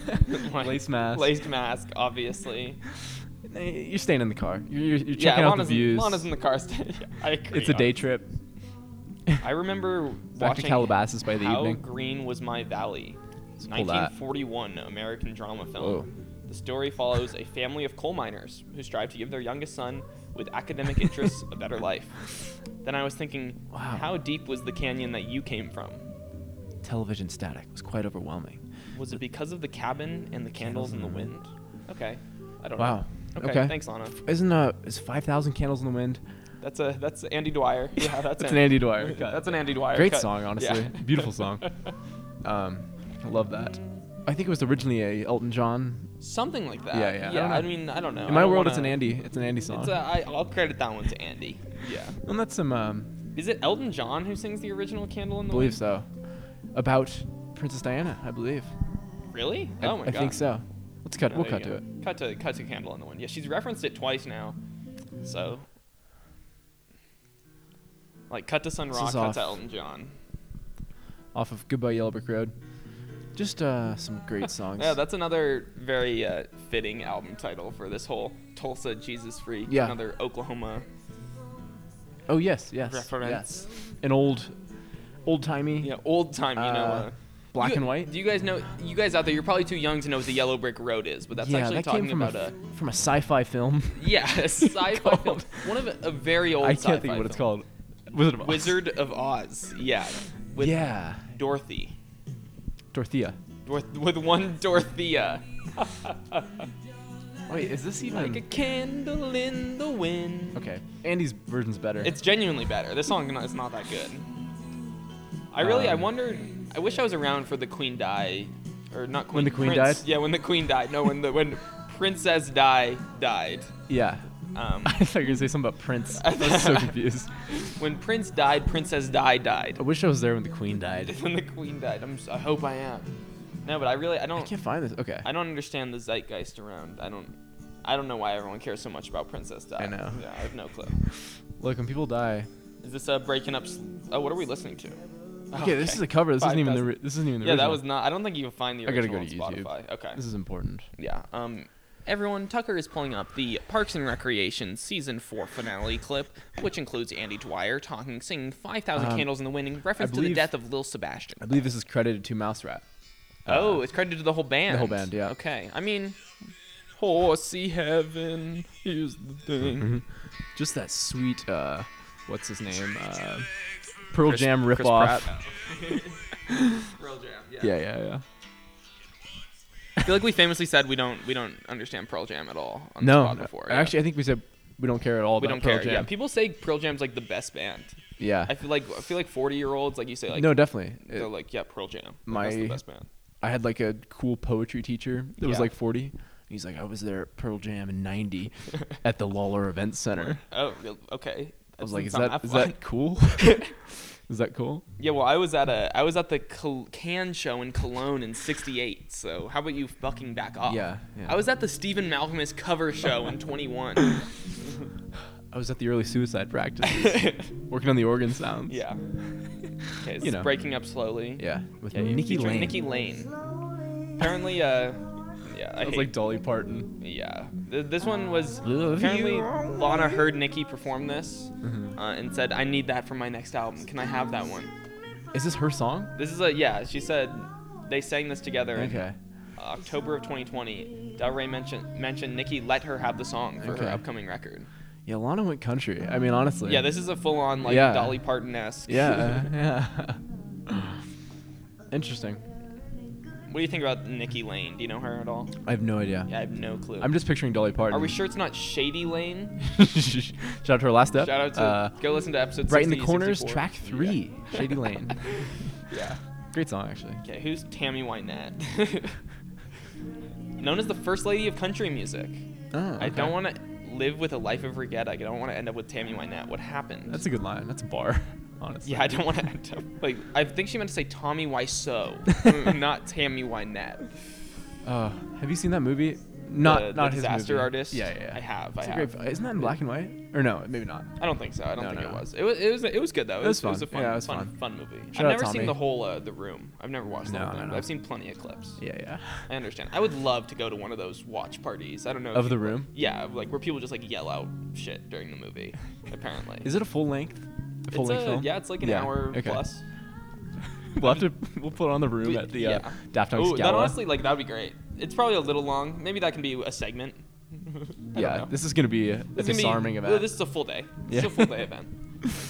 like,
Lace mask.
laced mask, obviously.
You're staying in the car. You're, you're, you're checking out
Lana's,
the views.
Lana's in the car. st- Yeah, I agree.
it's a day trip.
I remember
Back to
watching
Calabasas by the
How
evening.
Green Was My Valley.
Let's pull that.
1941 American drama film.
Whoa.
The story follows a family of coal miners who strive to give their youngest son with academic interests a better life. Then I was thinking,
Wow.
how deep was the canyon that you came from?
Television static was quite overwhelming.
Was it because of the cabin and the candles in the wind? Okay. I don't
Wow.
know.
Okay.
Thanks, Lana.
Isn't uh is five thousand candles in the wind?
That's a that's Andy Dwyer. Yeah, that's,
That's an Andy Dwyer cut.
That's an Andy Dwyer.
Great
cut.
song, honestly.
Yeah.
Beautiful song. Um, I love that. I think it was originally a Elton John.
Something like that.
Yeah, yeah, I
Yeah,
don't know.
I, mean, I don't know.
In my
I don't
world, it's an
wanna-
Andy. It's an Andy song.
It's uh, a, I, I'll credit that one to Andy. Yeah.
and that's some. Um,
Is it Elton John who sings the original Candle in
I
the
believe
Wind?
so. About Princess Diana, I believe.
Really?
I-
oh my
I
god.
think so. Let's cut.
Yeah,
we'll
there
cut
you
to it.
go. Cut to cut to Candle in the Wind. Yeah, she's referenced it twice now. So like cut to Sun
This
Rock,
is
cut to
off.
Elton John.
Off of Goodbye Yellow Brick Road. Just uh, some great songs.
Yeah, that's another very uh, fitting album title for this whole Tulsa Jesus Freak,
Yeah.
another Oklahoma
oh yes, yes,
reference.
yes. An old, old timey,
Yeah, old time, you know.
Uh,
Uh,
black
you-
and white.
Do you guys know? You guys out there, you're probably too young to know what the Yellow Brick Road is, but that's
yeah,
actually
that
talking
came from
about uh,
a,
a
f- from a sci-fi film.
yeah, a sci-fi
called-
film. One of a, a very old.
I can't
sci-fi
think of what it's
film.
called. Wizard of Oz.
Wizard of Oz. Yeah. With
yeah,
Dorothy.
Dorothea.
With, with one Dorothea.
Wait, is this even
like a candle in the wind.
Hmm. okay? Andy's version's better.
It's genuinely better. This song is not that good. I really, I
Um,
wondered. I wish I was around for the Queen die, or not Queen.
When the Queen
Prince-
died?
Yeah, when the Queen died. No, when the when Princess Di died.
yeah.
Um,
I thought you were gonna say something about Prince. I was so confused.
when Prince died, Princess Di died.
I wish I was there when the Queen died.
When the Queen died, I'm. si hope I am. No, but I really, I
I
don't.
can't find this. Okay.
I don't understand the zeitgeist around. I don't. I don't know why everyone cares so much about Princess Di.
I know.
Yeah, I have no clue.
Look, when people die.
Is this a breaking up? s- Oh, what are we listening to?
Okay, this is a cover. This isn't even the.
5,000.
Ri- this isn't even the.
Oh, Yeah, that
original.
was not. I don't think you can find the
I gotta
original
go
on
to YouTube.
Spotify. Okay.
This is important.
Yeah. Um, everyone, Tucker is pulling up the Parks and Recreation season four finale clip, which includes Andy Dwyer talking, singing Five Thousand
Um,
Candles in the Wind" in reference to the
believe-
death of Lil Sebastian.
I believe this is credited to Mouse Rat.
oh, it's credited to the whole band.
the whole band, yeah.
Okay. I mean, horsey heaven. Here's the thing.
Mhm. Just that sweet, uh, what's his name? Uh, Pearl
Chris-
Jam
Chris
riff off.
Pratt. Pearl Jam. Yeah.
Yeah, yeah, yeah.
I feel like we famously said we don't we don't understand Pearl Jam at all. On
No,
this pod
no.
before. yeah.
actually, I think we said we don't care at all
we
about
don't
Pearl
care. Yeah,
Jam.
people say Pearl Jam's like the best band.
Yeah,
I feel like I feel like forty year olds like you say like
no, definitely. It-
they're like yeah Pearl Jam. Like,
my-
that's the best band.
I had like a cool poetry teacher that was
Yeah.
like 40. And he's like, I was there at Pearl Jam in 90 at the Lawler Event Center.
Oh real- okay.
I was
That
like, is
doesn't
that is
sound
that cool? is that cool?
Yeah, well, I was at a I was at the Col- Cannes show in Cologne in '68. So how about you fucking back off?
Yeah, yeah.
Oh, I was at the Stephen Malcolmus cover show in '21.
I was at the early suicide practices, working on the organ sounds.
yeah. Okay, it's
You know.
breaking up slowly.
Yeah. With
Okay,
Nikki
featuring
Lane.
Nikki Lane. Apparently, uh, yeah, I
That was
hate,
like Dolly Parton.
yeah. Th- this one was
Love
apparently
you. Mm-hmm.
Lana heard Nikki perform this uh, and said, "I need that for my next album. Can I have that one?"
Is this her song?
This is a yeah. She said they sang this together. and
Okay.
October of 2020, Del Rey mentioned mentioned Nikki let her have the song for
Okay.
her upcoming record.
Yeah, Lana went country. I mean, honestly.
Yeah, this is a full on like
Yeah.
Dolly Parton esque.
Yeah, yeah. Interesting.
what do you think about Nikki Lane? Do you know her at all?
I have no idea.
Yeah, I have no clue.
I'm just picturing Dolly Parton.
Are we sure it's not Shady Lane?
Shout out to her last step.
Shout out to
Uh,
go listen to episode.
Right in the
60,
corners,
64.
track three, Shady Lane.
Yeah. yeah.
Great song, actually.
Okay, who's Tammy Wynette? Known as the first lady of country music.
Oh,
I don't
okay.
want to live with a life of regret. I don't want to end up with Tammy Wynette. What happened?
That's a good line. That's a bar, honestly.
Yeah, I don't want to end up like. I think she meant to say Tommy Wiseau, not Tammy Wynette.
Uh, have you seen that movie? Not
the,
not
the
his
disaster
movie.
artist.
Yeah, yeah. yeah.
I have.
It's
I
a
have.
great- isn't that in black and white? Or no, maybe not.
I don't think so. I don't
No,
think
no,
it
no.
was. It was. It was. It was good though. It,
was
It was
fun.
a fun,
Yeah, it was
fun,
fun.
fun movie.
Shout out
I've never seen
Tommy.
the whole uh, the room. I've never watched
No,
the whole
no,
thing. but
no.
I've seen plenty of clips.
Yeah, yeah.
I understand. I would love to go to one of those watch parties. I don't know. if
Of
you-
the room.
Yeah, like where people just like yell out shit during the movie. Apparently.
Is it a full length? A full
it's
length
a-
film?
Yeah, it's like an
Yeah,
hour
okay.
plus.
We'll have to. We'll put it on the room
We-
at the uh,
yeah.
Daft Punk's
Oh, that
gala.
honestly, like that'd be great. It's probably a little long. Maybe that can be a segment. I don't
yeah,
know.
this is gonna be a, a
It's gonna be-
disarming
well,
event.
This is a full day. It's
Yeah.
a full day event.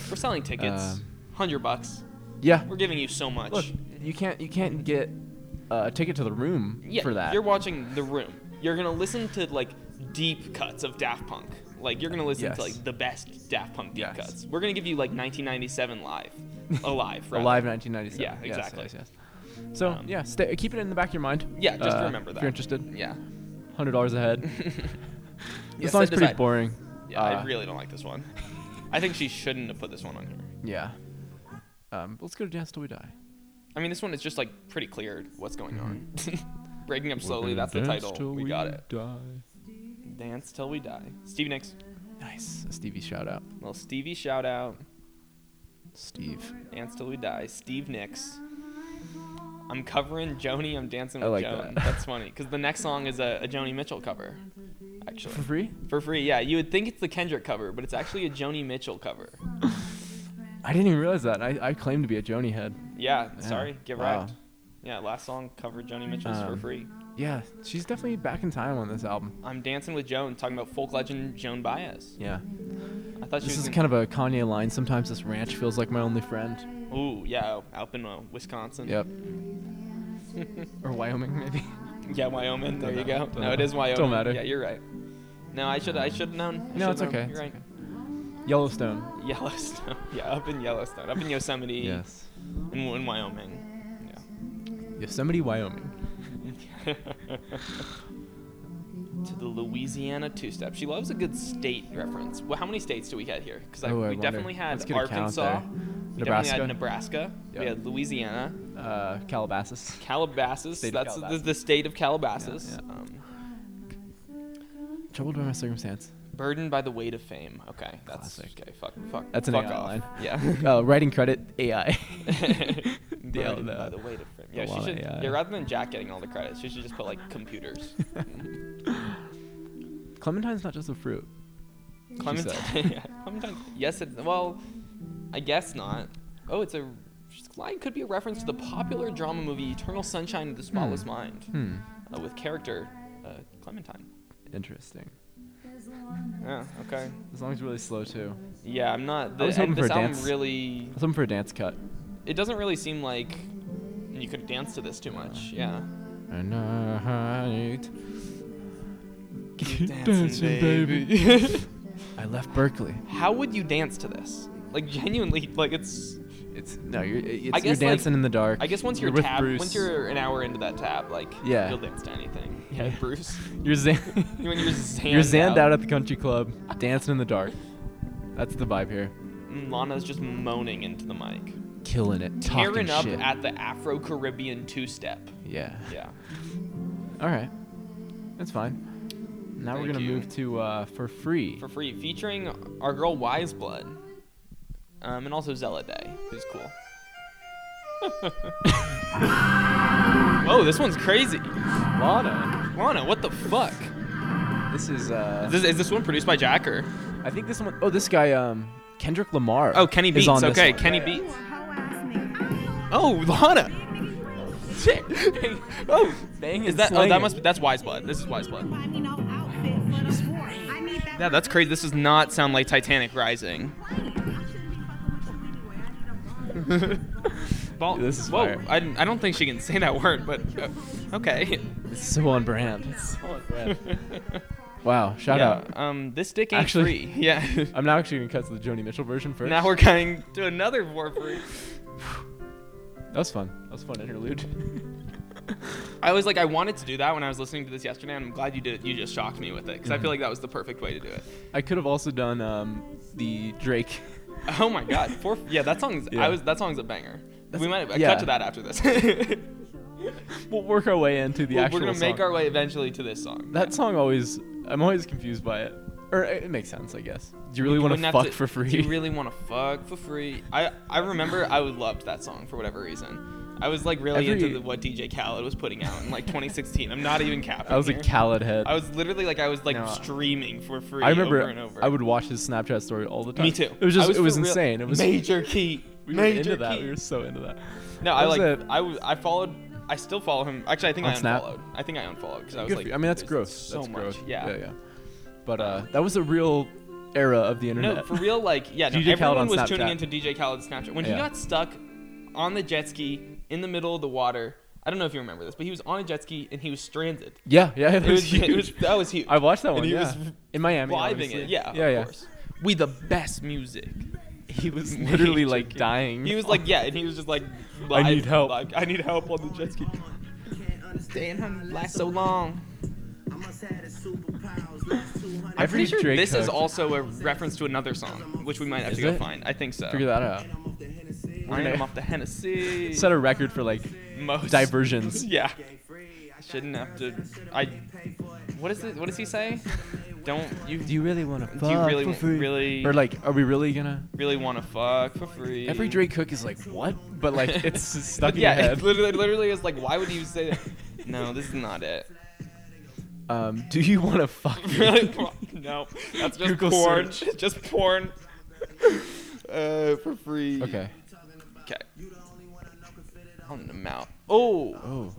We're selling tickets,
Um,
hundred bucks.
yeah.
We're giving you so much.
Look, you can't you can't get uh, a ticket to the room
yeah,
for that.
you're watching The Room. You're gonna listen to like deep cuts of Daft Punk. Like you're gonna listen
Yes.
to like the best Daft Punk deep
Yes.
cuts. We're gonna give you like 1997 live, alive, rather.
Alive 1997.
Yeah,
Yes,
exactly.
yes, yes. So
Um,
yeah, stay, keep it in the back of your mind.
Yeah, just
Uh,
remember that.
If you're interested,
Yeah.
hundred dollars ahead. the
Yeah,
song's
set
pretty
aside.
boring.
Yeah,
Uh,
I really don't like this one. I think she shouldn't have put this one on here.
Yeah. Um, but let's go to Dance Till We Die.
I mean, this one is just like pretty clear what's going on.
Mm-hmm.
Breaking up slowly. That's the title. We got it. Dance till we die. Stevie Nicks.
Nice, a Stevie shout out,
Little Stevie shout out.
Steve.
Dance till we die. Steve Nicks. I'm covering Joni. I'm dancing
I
with
like
Joan.
that.
That's funny because the next song is a, a Joni Mitchell cover, actually.
For free?
For free, yeah. You would think it's the Kendrick cover, but it's actually a Joni Mitchell cover.
I didn't even realize that. I, I claim to be a Joni head.
Yeah.
Yeah,
Sorry. Get
wow.
wrecked. Yeah. Last song covered Joni Mitchell's for
Um,
free.
Yeah, she's definitely back in time on this album.
I'm dancing with Joan, talking about folk legend Joan Baez.
Yeah,
I thought she
this
was
is
gonna-
kind of a Kanye line. Sometimes this ranch feels like my only friend.
Ooh, yeah, up in uh, Wisconsin.
Yep. or Wyoming, maybe.
Yeah, Wyoming. There
Don't
you
know.
go.
Don't
No, it
know.
is Wyoming.
Don't matter.
Yeah, you're right. No, I should I should have known. I
No,
should've
it's
known.
okay.
You're right.
Yellowstone.
Yellowstone. Yeah, up in Yellowstone, up in Yosemite,
Yes.
in, in Wyoming.
Yosemite, Wyoming.
Yeah. to the Louisiana two-step. She loves a good state reference. Well, how many states do we had here? Because
Oh, I
we
wonder.
definitely
Let's
had
get a count
Arkansas.
there.
We
Nebraska.
definitely had Nebraska.
Yeah.
We had Louisiana.
Uh, Calabasas.
Calabasas.
State of
That's
Calabasas.
The, the state of Calabasas.
yeah.
Um,
Troubled by my circumstance.
Burdened by the weight of fame. Okay, that's
Classic.
okay. Fuck, fuck.
That's an
fuck
AI
off.
line.
Yeah.
Uh, writing credit AI.
the,
Yeah,
by
the-
the weight of fame.
the
Yeah, she
line
should.
AI.
Yeah, rather than Jack getting all the credit, she should just put like computers.
Clementine's not just a fruit.
Clementine. yeah, Clementine. Yes, it. Well, I guess not. Oh, it's a. This line could be a reference to the popular drama movie Eternal Sunshine of the Spotless Mind,
Hmm.
uh, with character uh, Clementine.
Interesting.
Yeah. Okay.
The song's really slow too.
Yeah, I'm not.
I was
the-
hoping for
this
a
album
dance.
really.
I was hoping for a dance cut.
It doesn't really seem like you could dance to this too much. Yeah.
And I keep I left Berkeley.
How would you dance to this? Like genuinely, like it's.
It's no, you're it's,
I guess,
you're
like-
dancing in the dark.
I guess once you're,
with
tab,
Bruce.
once you're an hour into that tab, like
Yeah.
you'll dance to anything.
Yeah.
Yeah, Bruce.
you're zan-
When you're zanned
you're zanned
out.
out at the country club, dancing in the dark. That's the vibe here.
Lana's just moaning into the mic,
Killing it, talking
tearing up
shit.
at the Afro Caribbean two-step.
yeah.
Yeah.
All right, that's fine. Now we're
Thank
gonna
you.
move to uh, for free.
for free, featuring our girl Wise Blood, um, and also Zella Day, who's cool. Whoa, this one's crazy.
Lana,
Lana, what the fuck?
this is uh,
Is this, is this one produced by Jack or?
I think this one oh this guy um Kendrick Lamar.
Oh, Kenny
is
Beats.
on this
Okay,
one.
Kenny Beats. Oh, Lana. Shit. oh,
Dang,
is
it's
that? Oh,
slinging.
that must. Be, that's Wise Blood. This is Wise Blood. Yeah,
Yeah,
that's crazy. This does not sound like Titanic Rising. Ball-
This is
Whoa,
fire.
I, didn't- I don't think she can say that word, but uh, okay.
It's so on brand. It's so on brand. wow, shout
yeah,
out.
Um, this dick ain't
Actually-
free. Yeah.
I'm now actually gonna cut to the Joni Mitchell version first.
now we're going to another war free.
that was fun. That was a fun interlude.
I was like, I wanted to do that when I was listening to this yesterday, and I'm glad you did. it. You just shocked me with it because I
Mm-hmm.
feel like that was the perfect way to do it.
I could have also done um, the Drake.
Oh my god, four, yeah, that song's.
Yeah.
I was that song's a banger. we might
yeah.
cut to that after this.
We'll work our way into the
we're
actual.
gonna make
song.
our way eventually to this song.
That song always. I'm always confused by it. Or it makes sense, I guess. Do you really want
Wouldn't
to
have
fuck for free?
Do you really want to fuck for free? I, I remember I loved that song for whatever reason. I was like really
Every-
into the, what DJ Khaled was putting out in like 2016. I'm not even capping.
I was a
here.
Khaled head.
I was literally like I was like
No.
streaming for free.
I remember.
over and over.
I would watch his Snapchat story all the time.
Me too.
It was just.
I
it was
for real-
insane. It was.
major key.
we were
major
into that.
key.
We were so into that.
no, I
that was
like
a-
I was I followed. I still follow him. Actually, I think
On
I
Snap?
unfollowed. I think I unfollowed because I was
Good
like.
for you. I mean, that's
there's
gross.
So
that's
much.
gross.
Yeah. Um,
yeah, yeah. But uh, that was a real era of the internet.
No, for real, like yeah, no,
DJ Khaled
everyone
on
was
Snapchat.
tuning into DJ Khaled's Snapchat. When he
Yeah.
got stuck on the jet ski in the middle of the water, I don't know if you remember this, but he was on a jet ski and he was stranded.
Yeah, yeah, that
It
was
was, it
huge.
was that was huge.
I watched that
and
one.
he
yeah.
was
in Miami.
vibing
obviously.
it. Yeah,
yeah,
of
yeah.
course. We the best music.
He was literally like
Joking.
dying.
He was like yeah, and he was just like
I need
live,
help.
Like I need help on the jet ski. Staying home last so long. I'm pretty sure
Drake
this is
hooked.
also a reference to another song, which we might have
Is
to go
it?
find. I think so.
figure that out.
I
gonna-
am off the Hennessy.
Set a record for like
most
diversions.
Yeah. Shouldn't have to. I. What is it? What does he say? Don't you?
Do you really want to
Do
fuck
you really
for
want-
free?
really-
Or like, are we really gonna?
really want to fuck for free?
Every Drake Cook is like, what? But like, it's stuck
But
in
yeah,
your head.
it literally, literally is like, why would you say that? No, this is not it.
Um, do you want to fuck? me?
Really? no, that's just
Google
porn.
search.
Just porn. Uh, for free.
okay.
Okay. On the mouth. Oh.
Oh.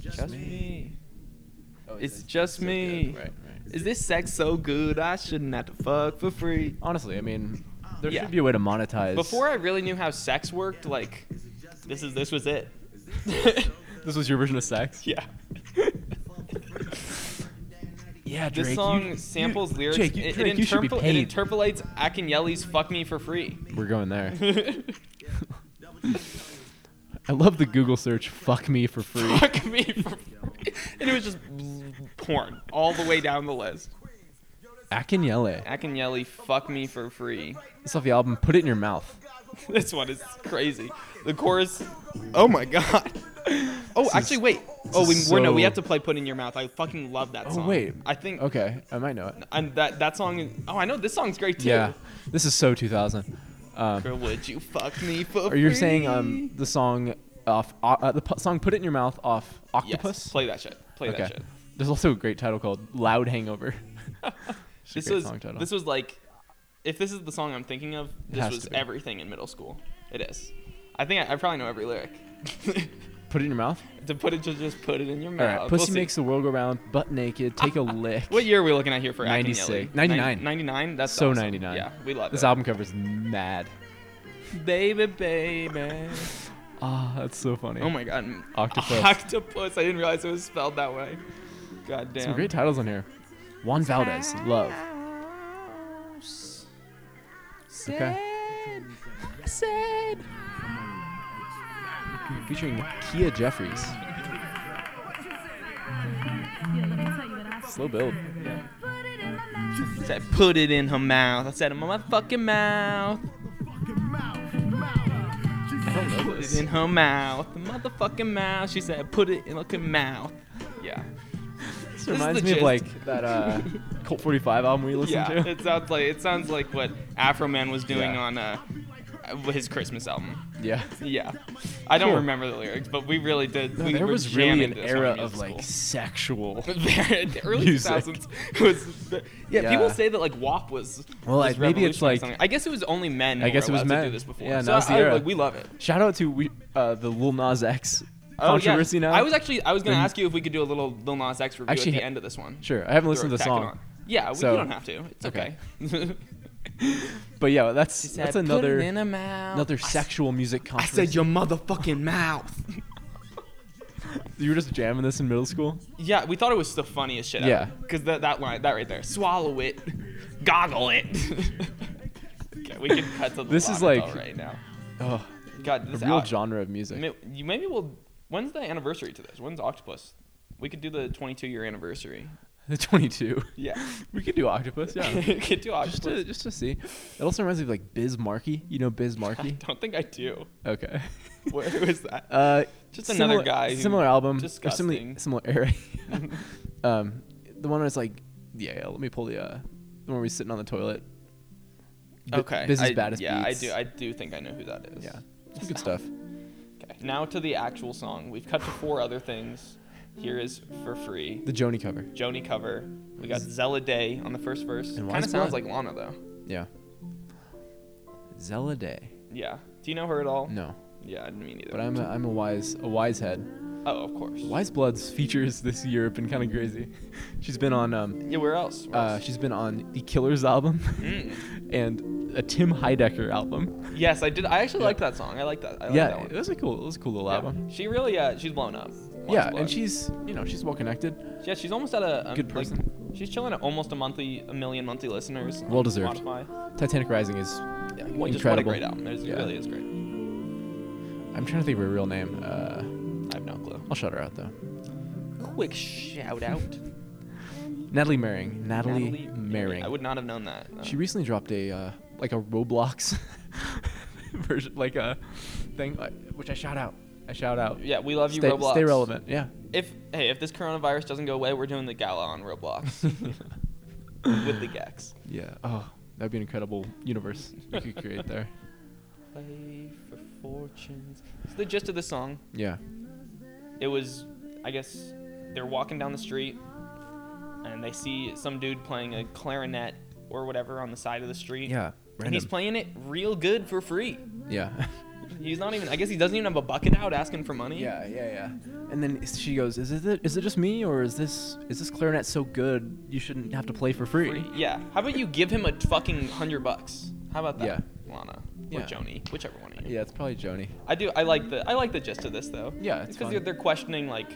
Just me.
Oh,
It's
that's
just
so
me.
good. Right, right.
Is this sex so good I shouldn't have to fuck for free?
Honestly, I mean, there
Yeah.
should be a way to monetize.
Before I really knew how sex worked, like this is this was it.
this was your version of sex.
yeah.
Yeah, Drake.
This
you-
song
you-
samples lyrics.
Drake, you,
it,
Drake,
it,
you should be
interpol- it
paid.
interpolates Akinyeli's "Fuck Me for Free."
We're going there.
Fuck
I love the Google search. Fuck me for free.
me for free, and it was just porn all the way down the list.
Akinyele.
Akinyeli, "Fuck Me for Free."
It's off the album. Put it in your mouth.
This one is crazy. The chorus. Oh my god. Oh,
This
actually,
is-
wait. Oh, we,
is
we're, no, we
so-
have to play "Put in Your Mouth." I fucking love that
Oh,
song.
wait.
I think.
Okay, I might know it.
And that that song. Is, oh, I know this song's great too.
Yeah, this is so 2000. Um,
Girl, would you fuck me for?
or you're
free?
saying um the song off uh, uh, the pu- song "Put It in Your Mouth" off
Yes,
Octopus.
Play that shit. Play
okay.
that shit.
There's also a great title called "Loud Hangover." It's a
This
great
was
song title.
this was like, if this is the song I'm thinking of, this
has
was
to be.
everything in middle school. It is. I think I, I probably know every lyric.
Put it in your mouth.
To put it, to just put it in your
All
mouth.
right. Pussy
We'll see.
makes the world go round, butt naked. Take a lick.
What year are we looking at here for
96. 99.
99? That's
So
awesome.
99.
Yeah, we love
This
it.
album cover's mad.
Baby, baby.
Ah, that's so funny.
Oh my god.
Octopus.
Octopus. I didn't realize it was spelled that way. God damn.
Some great titles on here. Juan Valdez, Love. Okay. Featuring Kia Jeffries. Slow build.
I said, put it in her mouth. I said, I'm in my fucking mouth. Put it in her mouth. Motherfucking mouth. She said, put it in her fucking mouth. Yeah.
This
is
reminds
the
me of
gist.
like that uh, Colt 45 album we listened
Yeah,
to.
it sounds like it sounds like what Afro Man was doing
Yeah.
on uh, his Christmas album.
Yeah.
Yeah, I don't
Cool.
remember the lyrics, but we really did.
No,
we
there
were
was really
jamming
an
this
era
when we
of
was in
like sexual.
school. the early
music.
2000s was yeah,
Yeah.
people say that like WAP was
Well,
was
like, maybe it's,
revolutionary or
like-
something. I guess it was only men who
I guess it
were
was
allowed to
men.
do this before
Yeah,
so
now's the
I,
era.
like, we love it
Shout out to we, uh, the Lil Nas X
Oh, yeah.
controversy now.
I was actually I was gonna
Then-
ask you if we could do a little Lil Nas X review
Actually,
at the
ha-
end of this one
sure. I haven't
Or
listened to the
tack it
song,
on. yeah we,
So-
you don't have to it's okay,
Okay. but yeah, that's that's another another sexual music
I
controversy.
said your motherfucking mouth
you were just jamming this in middle school.
yeah we thought it was the funniest shit
Yeah.
because that that line that right there swallow it goggle it okay, we can cut to the
This is
Lovato
like-
right now.
Oh,
God,
a
this
real
out-
genre of music.
ma- you- Maybe we'll. When's the anniversary to this? When's Octopus? We could do the 22 year anniversary.
The 22.
Yeah,
We could do Octopus, yeah.
we could do Octopus.
just to just to see. It also reminds me of like Biz Markie. You know Biz
I
Markie?
don't think I do.
Okay.
Where was that?
Uh,
Just another guy who-
Similar album. or
disgusting.
Similar, similar era. um, the one that's like, yeah, yeah, let me pull the uh, the one where he's sitting on the toilet. B-
okay.
Biz is
I-
baddest
Yeah,
beats.
I do. I do think I know who that is.
Yeah, some good stuff.
Okay. Now to the actual song. We've cut to four other things. Here is for free.
The Joni cover.
Joni cover. We got Zella Day on the first verse.
And
Kind
Wise
of sounds
Blood.
like Lana though.
Yeah. Zella Day.
Yeah. Do you know her at all?
No,
Yeah, me neither.
but I'm a, I'm a wise a wise head.
oh, of course.
Wise Blood's features this year have been kind of crazy. She's been on um
Yeah. Where else? Where
uh
else?
she's been on the Killers album
Mm.
and a Tim Heidecker album.
Yes, I did. I actually
Yeah.
like that song. I like that. I like
yeah,
that one.
it was a cool it was a cool little
Yeah.
album.
She really, uh, she's blown up. Once
yeah,
blown.
and she's you know she's well connected.
yeah, she's almost at a, a
Good
like,
person.
she's chilling at almost a monthly, a million monthly listeners. on
Well deserved.
Spotify.
Titanic Rising is
Yeah,
incredible.
just what a great album. There's, It
Yeah.
really is great.
I'm trying to think of her real name. Uh,
I have no clue.
I'll shout her out though.
Quick shout out,
Natalie Merring. Natalie, Merring.
I would not have known that. Uh,
She recently dropped a uh, like a Roblox version, like a thing, like, which I shout out. I shout out.
yeah, we love you,
stay,
Roblox.
stay relevant. Yeah.
If hey, if this coronavirus doesn't go away, we're doing the gala on Roblox with the Gex.
yeah. Oh, that'd be an incredible universe we could create there.
Play for fortunes. It's the gist of the song.
Yeah.
it was i guess they're walking down the street and they see some dude playing a clarinet or whatever on the side of the street
Yeah.
and he's
Random.
playing it real good for free
Yeah.
he's not even i guess he doesn't even have a bucket out asking for money
Yeah, yeah, yeah. And then she goes, "Is it is it just me, or is this is this clarinet so good you shouldn't have to play for free?"
Free- yeah how about you give him a fucking hundred bucks how about that lana or
Yeah.
joni whichever one of you
Yeah, it's probably Joni.
i do i like the i like the gist of this though
Yeah, it's
because
fun.
they're, they're questioning like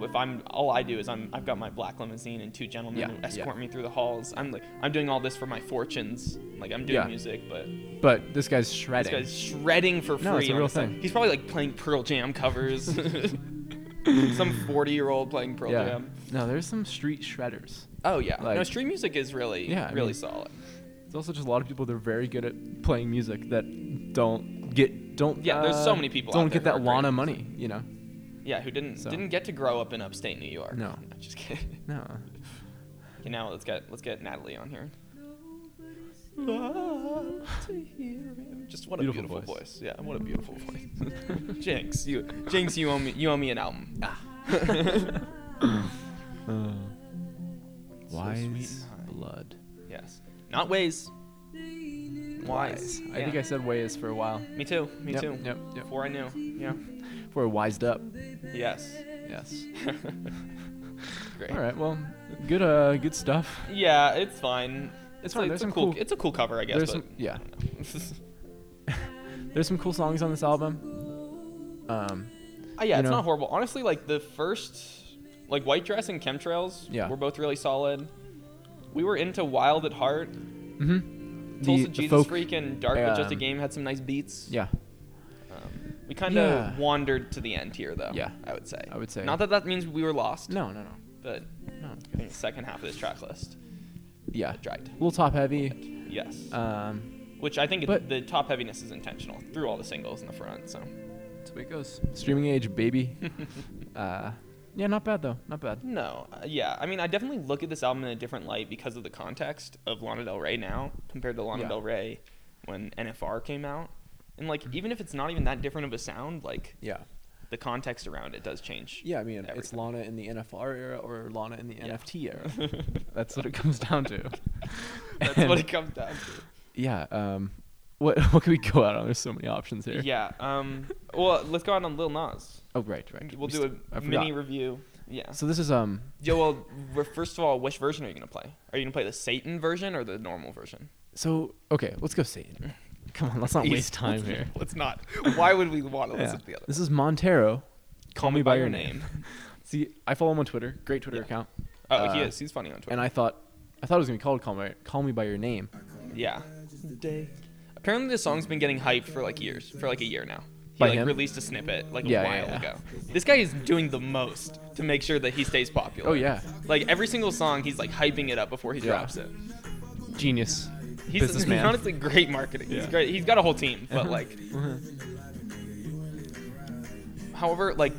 if i'm all i do is i'm i've got my black limousine and two gentlemen
Yeah,
who
yeah.
escort me through the halls i'm like i'm doing all this for my fortunes like i'm doing
Yeah.
music but
But this guy's
This
shredding.
guy's shredding for free.
No, it's a
on
real
the side.
thing.
He's probably like playing Pearl Jam covers. Some 40 year old playing Pearl
yeah.
Jam.
No, there's some street shredders.
Oh, yeah. no,
Like-
street music is really,
Yeah, I
really
mean-
solid.
There's also just a lot of people that are very good at playing music that don't get don't.
Yeah, there's so
uh,
many people out
don't
there
get
who are
that
great
Lana
at
money. You know.
Yeah, who didn't
So.
didn't get to grow up in upstate New York.
No.
just kidding.
No.
Okay, now let's get let's get Natalie on here. Just what a
Beautiful
beautiful,
voice.
voice. Yeah, what a beautiful voice. Jinx, you Jinx, you owe me you owe me an album.
Ah. Uh,
So
wise
sweet and high.
blood.
Yes. Not ways. Wise.
I think I
Yeah.
said ways for a while.
Me too. Me
Yep,
too.
yep, yep.
Before I knew. Yeah.
Before I wised up.
Yes.
Yes.
Great.
All right. Well, good. Uh, good stuff.
Yeah, it's fine.
It's fine,
a-
there's
a
some
cool,
cool-
It's a cool cover, I guess.
There's
but
some, yeah.
uh,
There's some cool songs on this album. Um,
Uh, yeah,
You
it's
know.
not horrible. Honestly, like the first, like White Dress and Chemtrails,
Yeah.
were both really solid. We were into Wild at Heart,
mhm.
Tulsa
the
Jesus
folk-
Freak, and Dark but Just a
um,
Game had some nice beats.
Yeah.
Um, we kind of
Yeah.
wandered to the end here, though.
Yeah.
I would say.
I would say.
Not that that means we were lost.
No, no, no.
But
no it's
I
good.
think the second half of this track list
Yeah.
dragged.
A little top heavy.
Yes.
Um,
Which I think it,
but-
the top heaviness is intentional through all the singles in the front. So.
that's way it goes. Streaming age, baby. uh, yeah, not bad though. Not bad.
No, uh, yeah. I mean, I definitely look at this album in a different light because of the context of Lana Del Rey now compared to Lana
Yeah.
Del Rey when NFR came out. And like,
Mm-hmm.
even if it's not even that different of a sound, like
Yeah.
the context around it does change.
Yeah, I mean, it's
everything.
Lana in the NFR era or Lana in the NFT era.
That's
That's what it comes down to.
what
And-
it comes down to.
Yeah. Um, what what can we go out on? There's so many options here.
Yeah. Um. Well, let's go out on Lil Nas.
Oh right, right.
We'll
We
do
st- I
a
forgot.
mini review. Yeah.
So this is um.
Yo, well, re- first of all, which version are you gonna play? Are you gonna play the Satan version or the normal version?
So okay, let's go Satan. Come on, let's not
Easy.
waste time here.
Let's not. Why would we want to listen to the other?
This is Montero. Call me by,
By
your name. See, I follow him on Twitter. Great Twitter
Yeah.
account.
Oh,
Uh,
he is. He's funny on Twitter.
And I thought, I thought it was gonna be called "Call Me, Call Me by Your Name."
yeah. Apparently, this song's been getting hyped for like years, for like a year now. He
By
like
him?
released a snippet like
Yeah,
a
yeah,
while
yeah.
ago. This guy is doing the most to make sure that he stays popular.
Oh, yeah.
Like every single song, he's like hyping it up before he
Yeah.
drops it.
Genius.
He's,
Businessman.
he's honestly great marketing. He's
Yeah. Uh-huh.
great. He's got a whole team, but like, however, like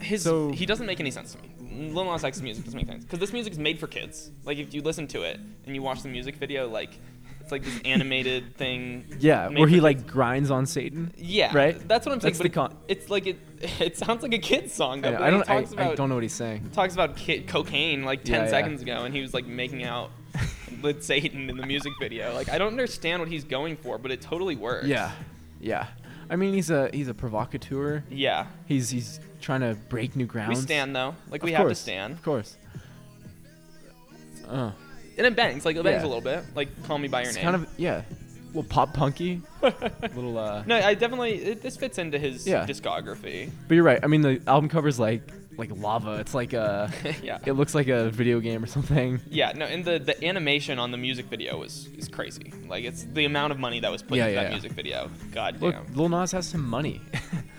his
So-
he doesn't make any sense to me. Lil Nas X's music doesn't make sense because this music's made for kids. Like if you listen to it and you watch the music video, like it's like this animated thing.
yeah,
made
where he
for
like grinds on Satan.
kids. yeah,
right?
That's what I'm saying.
That's
but
the
it-
con-
it's like it it sounds like a kid's song. though,
Yeah,
but
I
he
don't. I,
talks
I
about-
don't know what he's saying.
talks about ki cocaine like 10
Yeah, yeah.
seconds ago and he was like making out with Satan in the music video. Like I don't understand what he's going for, but it totally works.
Yeah, yeah. I mean, he's a he's a provocateur.
Yeah.
He's he's trying to break new ground.
We stand though. Like we have to stand.
Of course. Uh,
And it bangs. Like it bangs
Yeah.
a little bit. Like call me by your
it's
name.
kind of yeah, little pop punky, little uh.
no, I definitely it, this fits into his
Yeah.
discography.
But you're right. I mean, the album cover's like like lava. It's like a.
yeah.
It looks like a video game or something.
yeah, no, and the, the animation on the music video is, is crazy. Like it's the amount of money that was put
Yeah,
into
yeah,
that
yeah.
music video. God
Look,
damn.
Lil Nas has some money.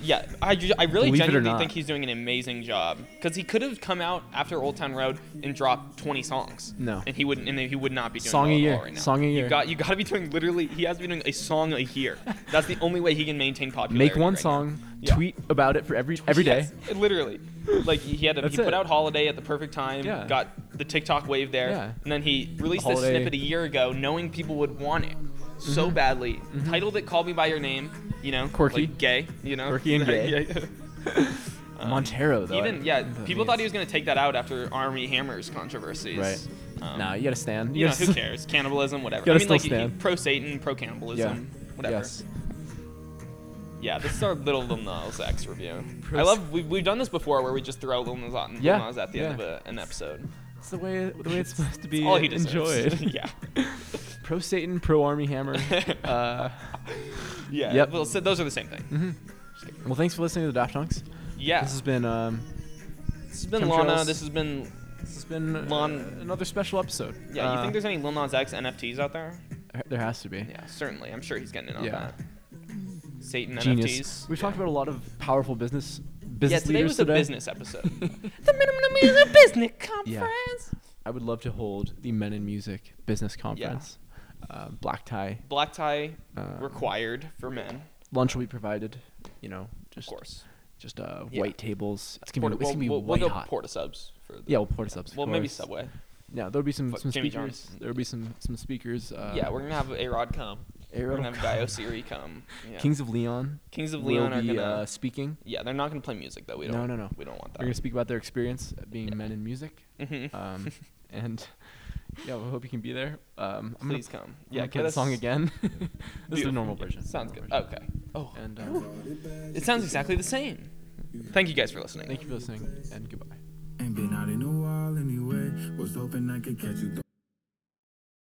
Yeah, I, ju- I really
Believe it or
genuinely
not.
think he's doing an amazing job because he could have come out after Old Town Road and dropped 20 songs.
No.
and he wouldn't, and he would not be doing
Song a
well at
year,
all right now.
song a year.
You got you got to be doing literally. He has to be doing a song a year. That's the only way he can maintain popularity.
Make one
right now.
song,
Yeah.
tweet about it for every every day.
Yes, literally. Like he had a, he
That's
put
it.
out Holiday at the perfect time.
Yeah.
Got the TikTok wave there,
Yeah.
and then he released this
Holiday. Mm-hmm.
snippet a year ago, knowing people would want it so badly. Titled it "Call Me by Your Name," you know,
Quirky.
like gay, you know,
Quirky and gay.
Yeah. Um,
Montero though.
Even yeah, people thought he was gonna take that out after Army Hammer's controversies.
Right.
Um,
Nah, you gotta stand.
you know, who
gotta-
cares? Cannibalism, whatever.
Gotta
I mean,
still
like
stand.
pro Satan, pro
Yeah.
cannibalism, whatever.
Yes.
Yeah, this is our little Lil Nas X review.
Pro-
I love we've, we've done this before where we just throw Lil Nas, Lil
Yeah,
Nas at the end of
yeah.
a, an episode.
It's the way the way it's supposed to be
It's all he deserves.
enjoyed.
yeah.
pro Satan, pro Army Hammer. uh,
Yeah.
Yep.
Well, so those are the same thing.
well, thanks for listening to the Daft Punks.
Yeah.
This has been um,
been
chemtrails.
Lana. This has been.
this has been uh,
Lon-
another special episode.
Yeah. You
Uh,
think there's any Lil Nas X NFTs out there?
there has to be.
Yeah, certainly. I'm sure he's getting in on
Yeah.
that. Satan
Genius.
NFTs.
We've talked
Yeah.
about a lot of powerful business
Yeah,
business
today
leaders
was a
today.
business episode. the minimum is a business conference.
I would love to hold the Men in Music Business Conference. Uh, black tie
Black tie
Um,
required for men,
lunch will be provided. You know, just
of course.
just uh,
Yeah.
white tables. It's gonna be, it's
we'll,
gonna be
we'll,
white
we'll go
hot.
porta subs for. The,
yeah, we'll porta subs. of
well, maybe
course.
Subway.
Yeah, there'll be some
Fuck,
some
Jimmy
speakers.
John's.
There'll be some some speakers. Uh,
yeah, we're gonna have A Rod come. We're
Aero-
gonna have Dio Siri come. Yeah.
Kings of Leon.
Kings of
will
Leon are
be,
gonna.
uh, speaking.
yeah, they're not gonna play music though. We
No,
don't.
no, no.
We don't want
They're gonna
that.
speak about their experience at being men in music.
Mhm.
Um, and yeah, we hope you can be there. Um, I'm gonna
Please come.
Yeah,
Yeah,
play the
that's
song again. this is the
beautiful.
normal
Yeah,
version.
Sounds
normal
good.
version.
Okay. Oh,
And um,
it sounds exactly the same. Thank you guys for listening.
thank you for listening, and goodbye.
Ain't been out in a while anyway. Was hoping I could catch you throwing.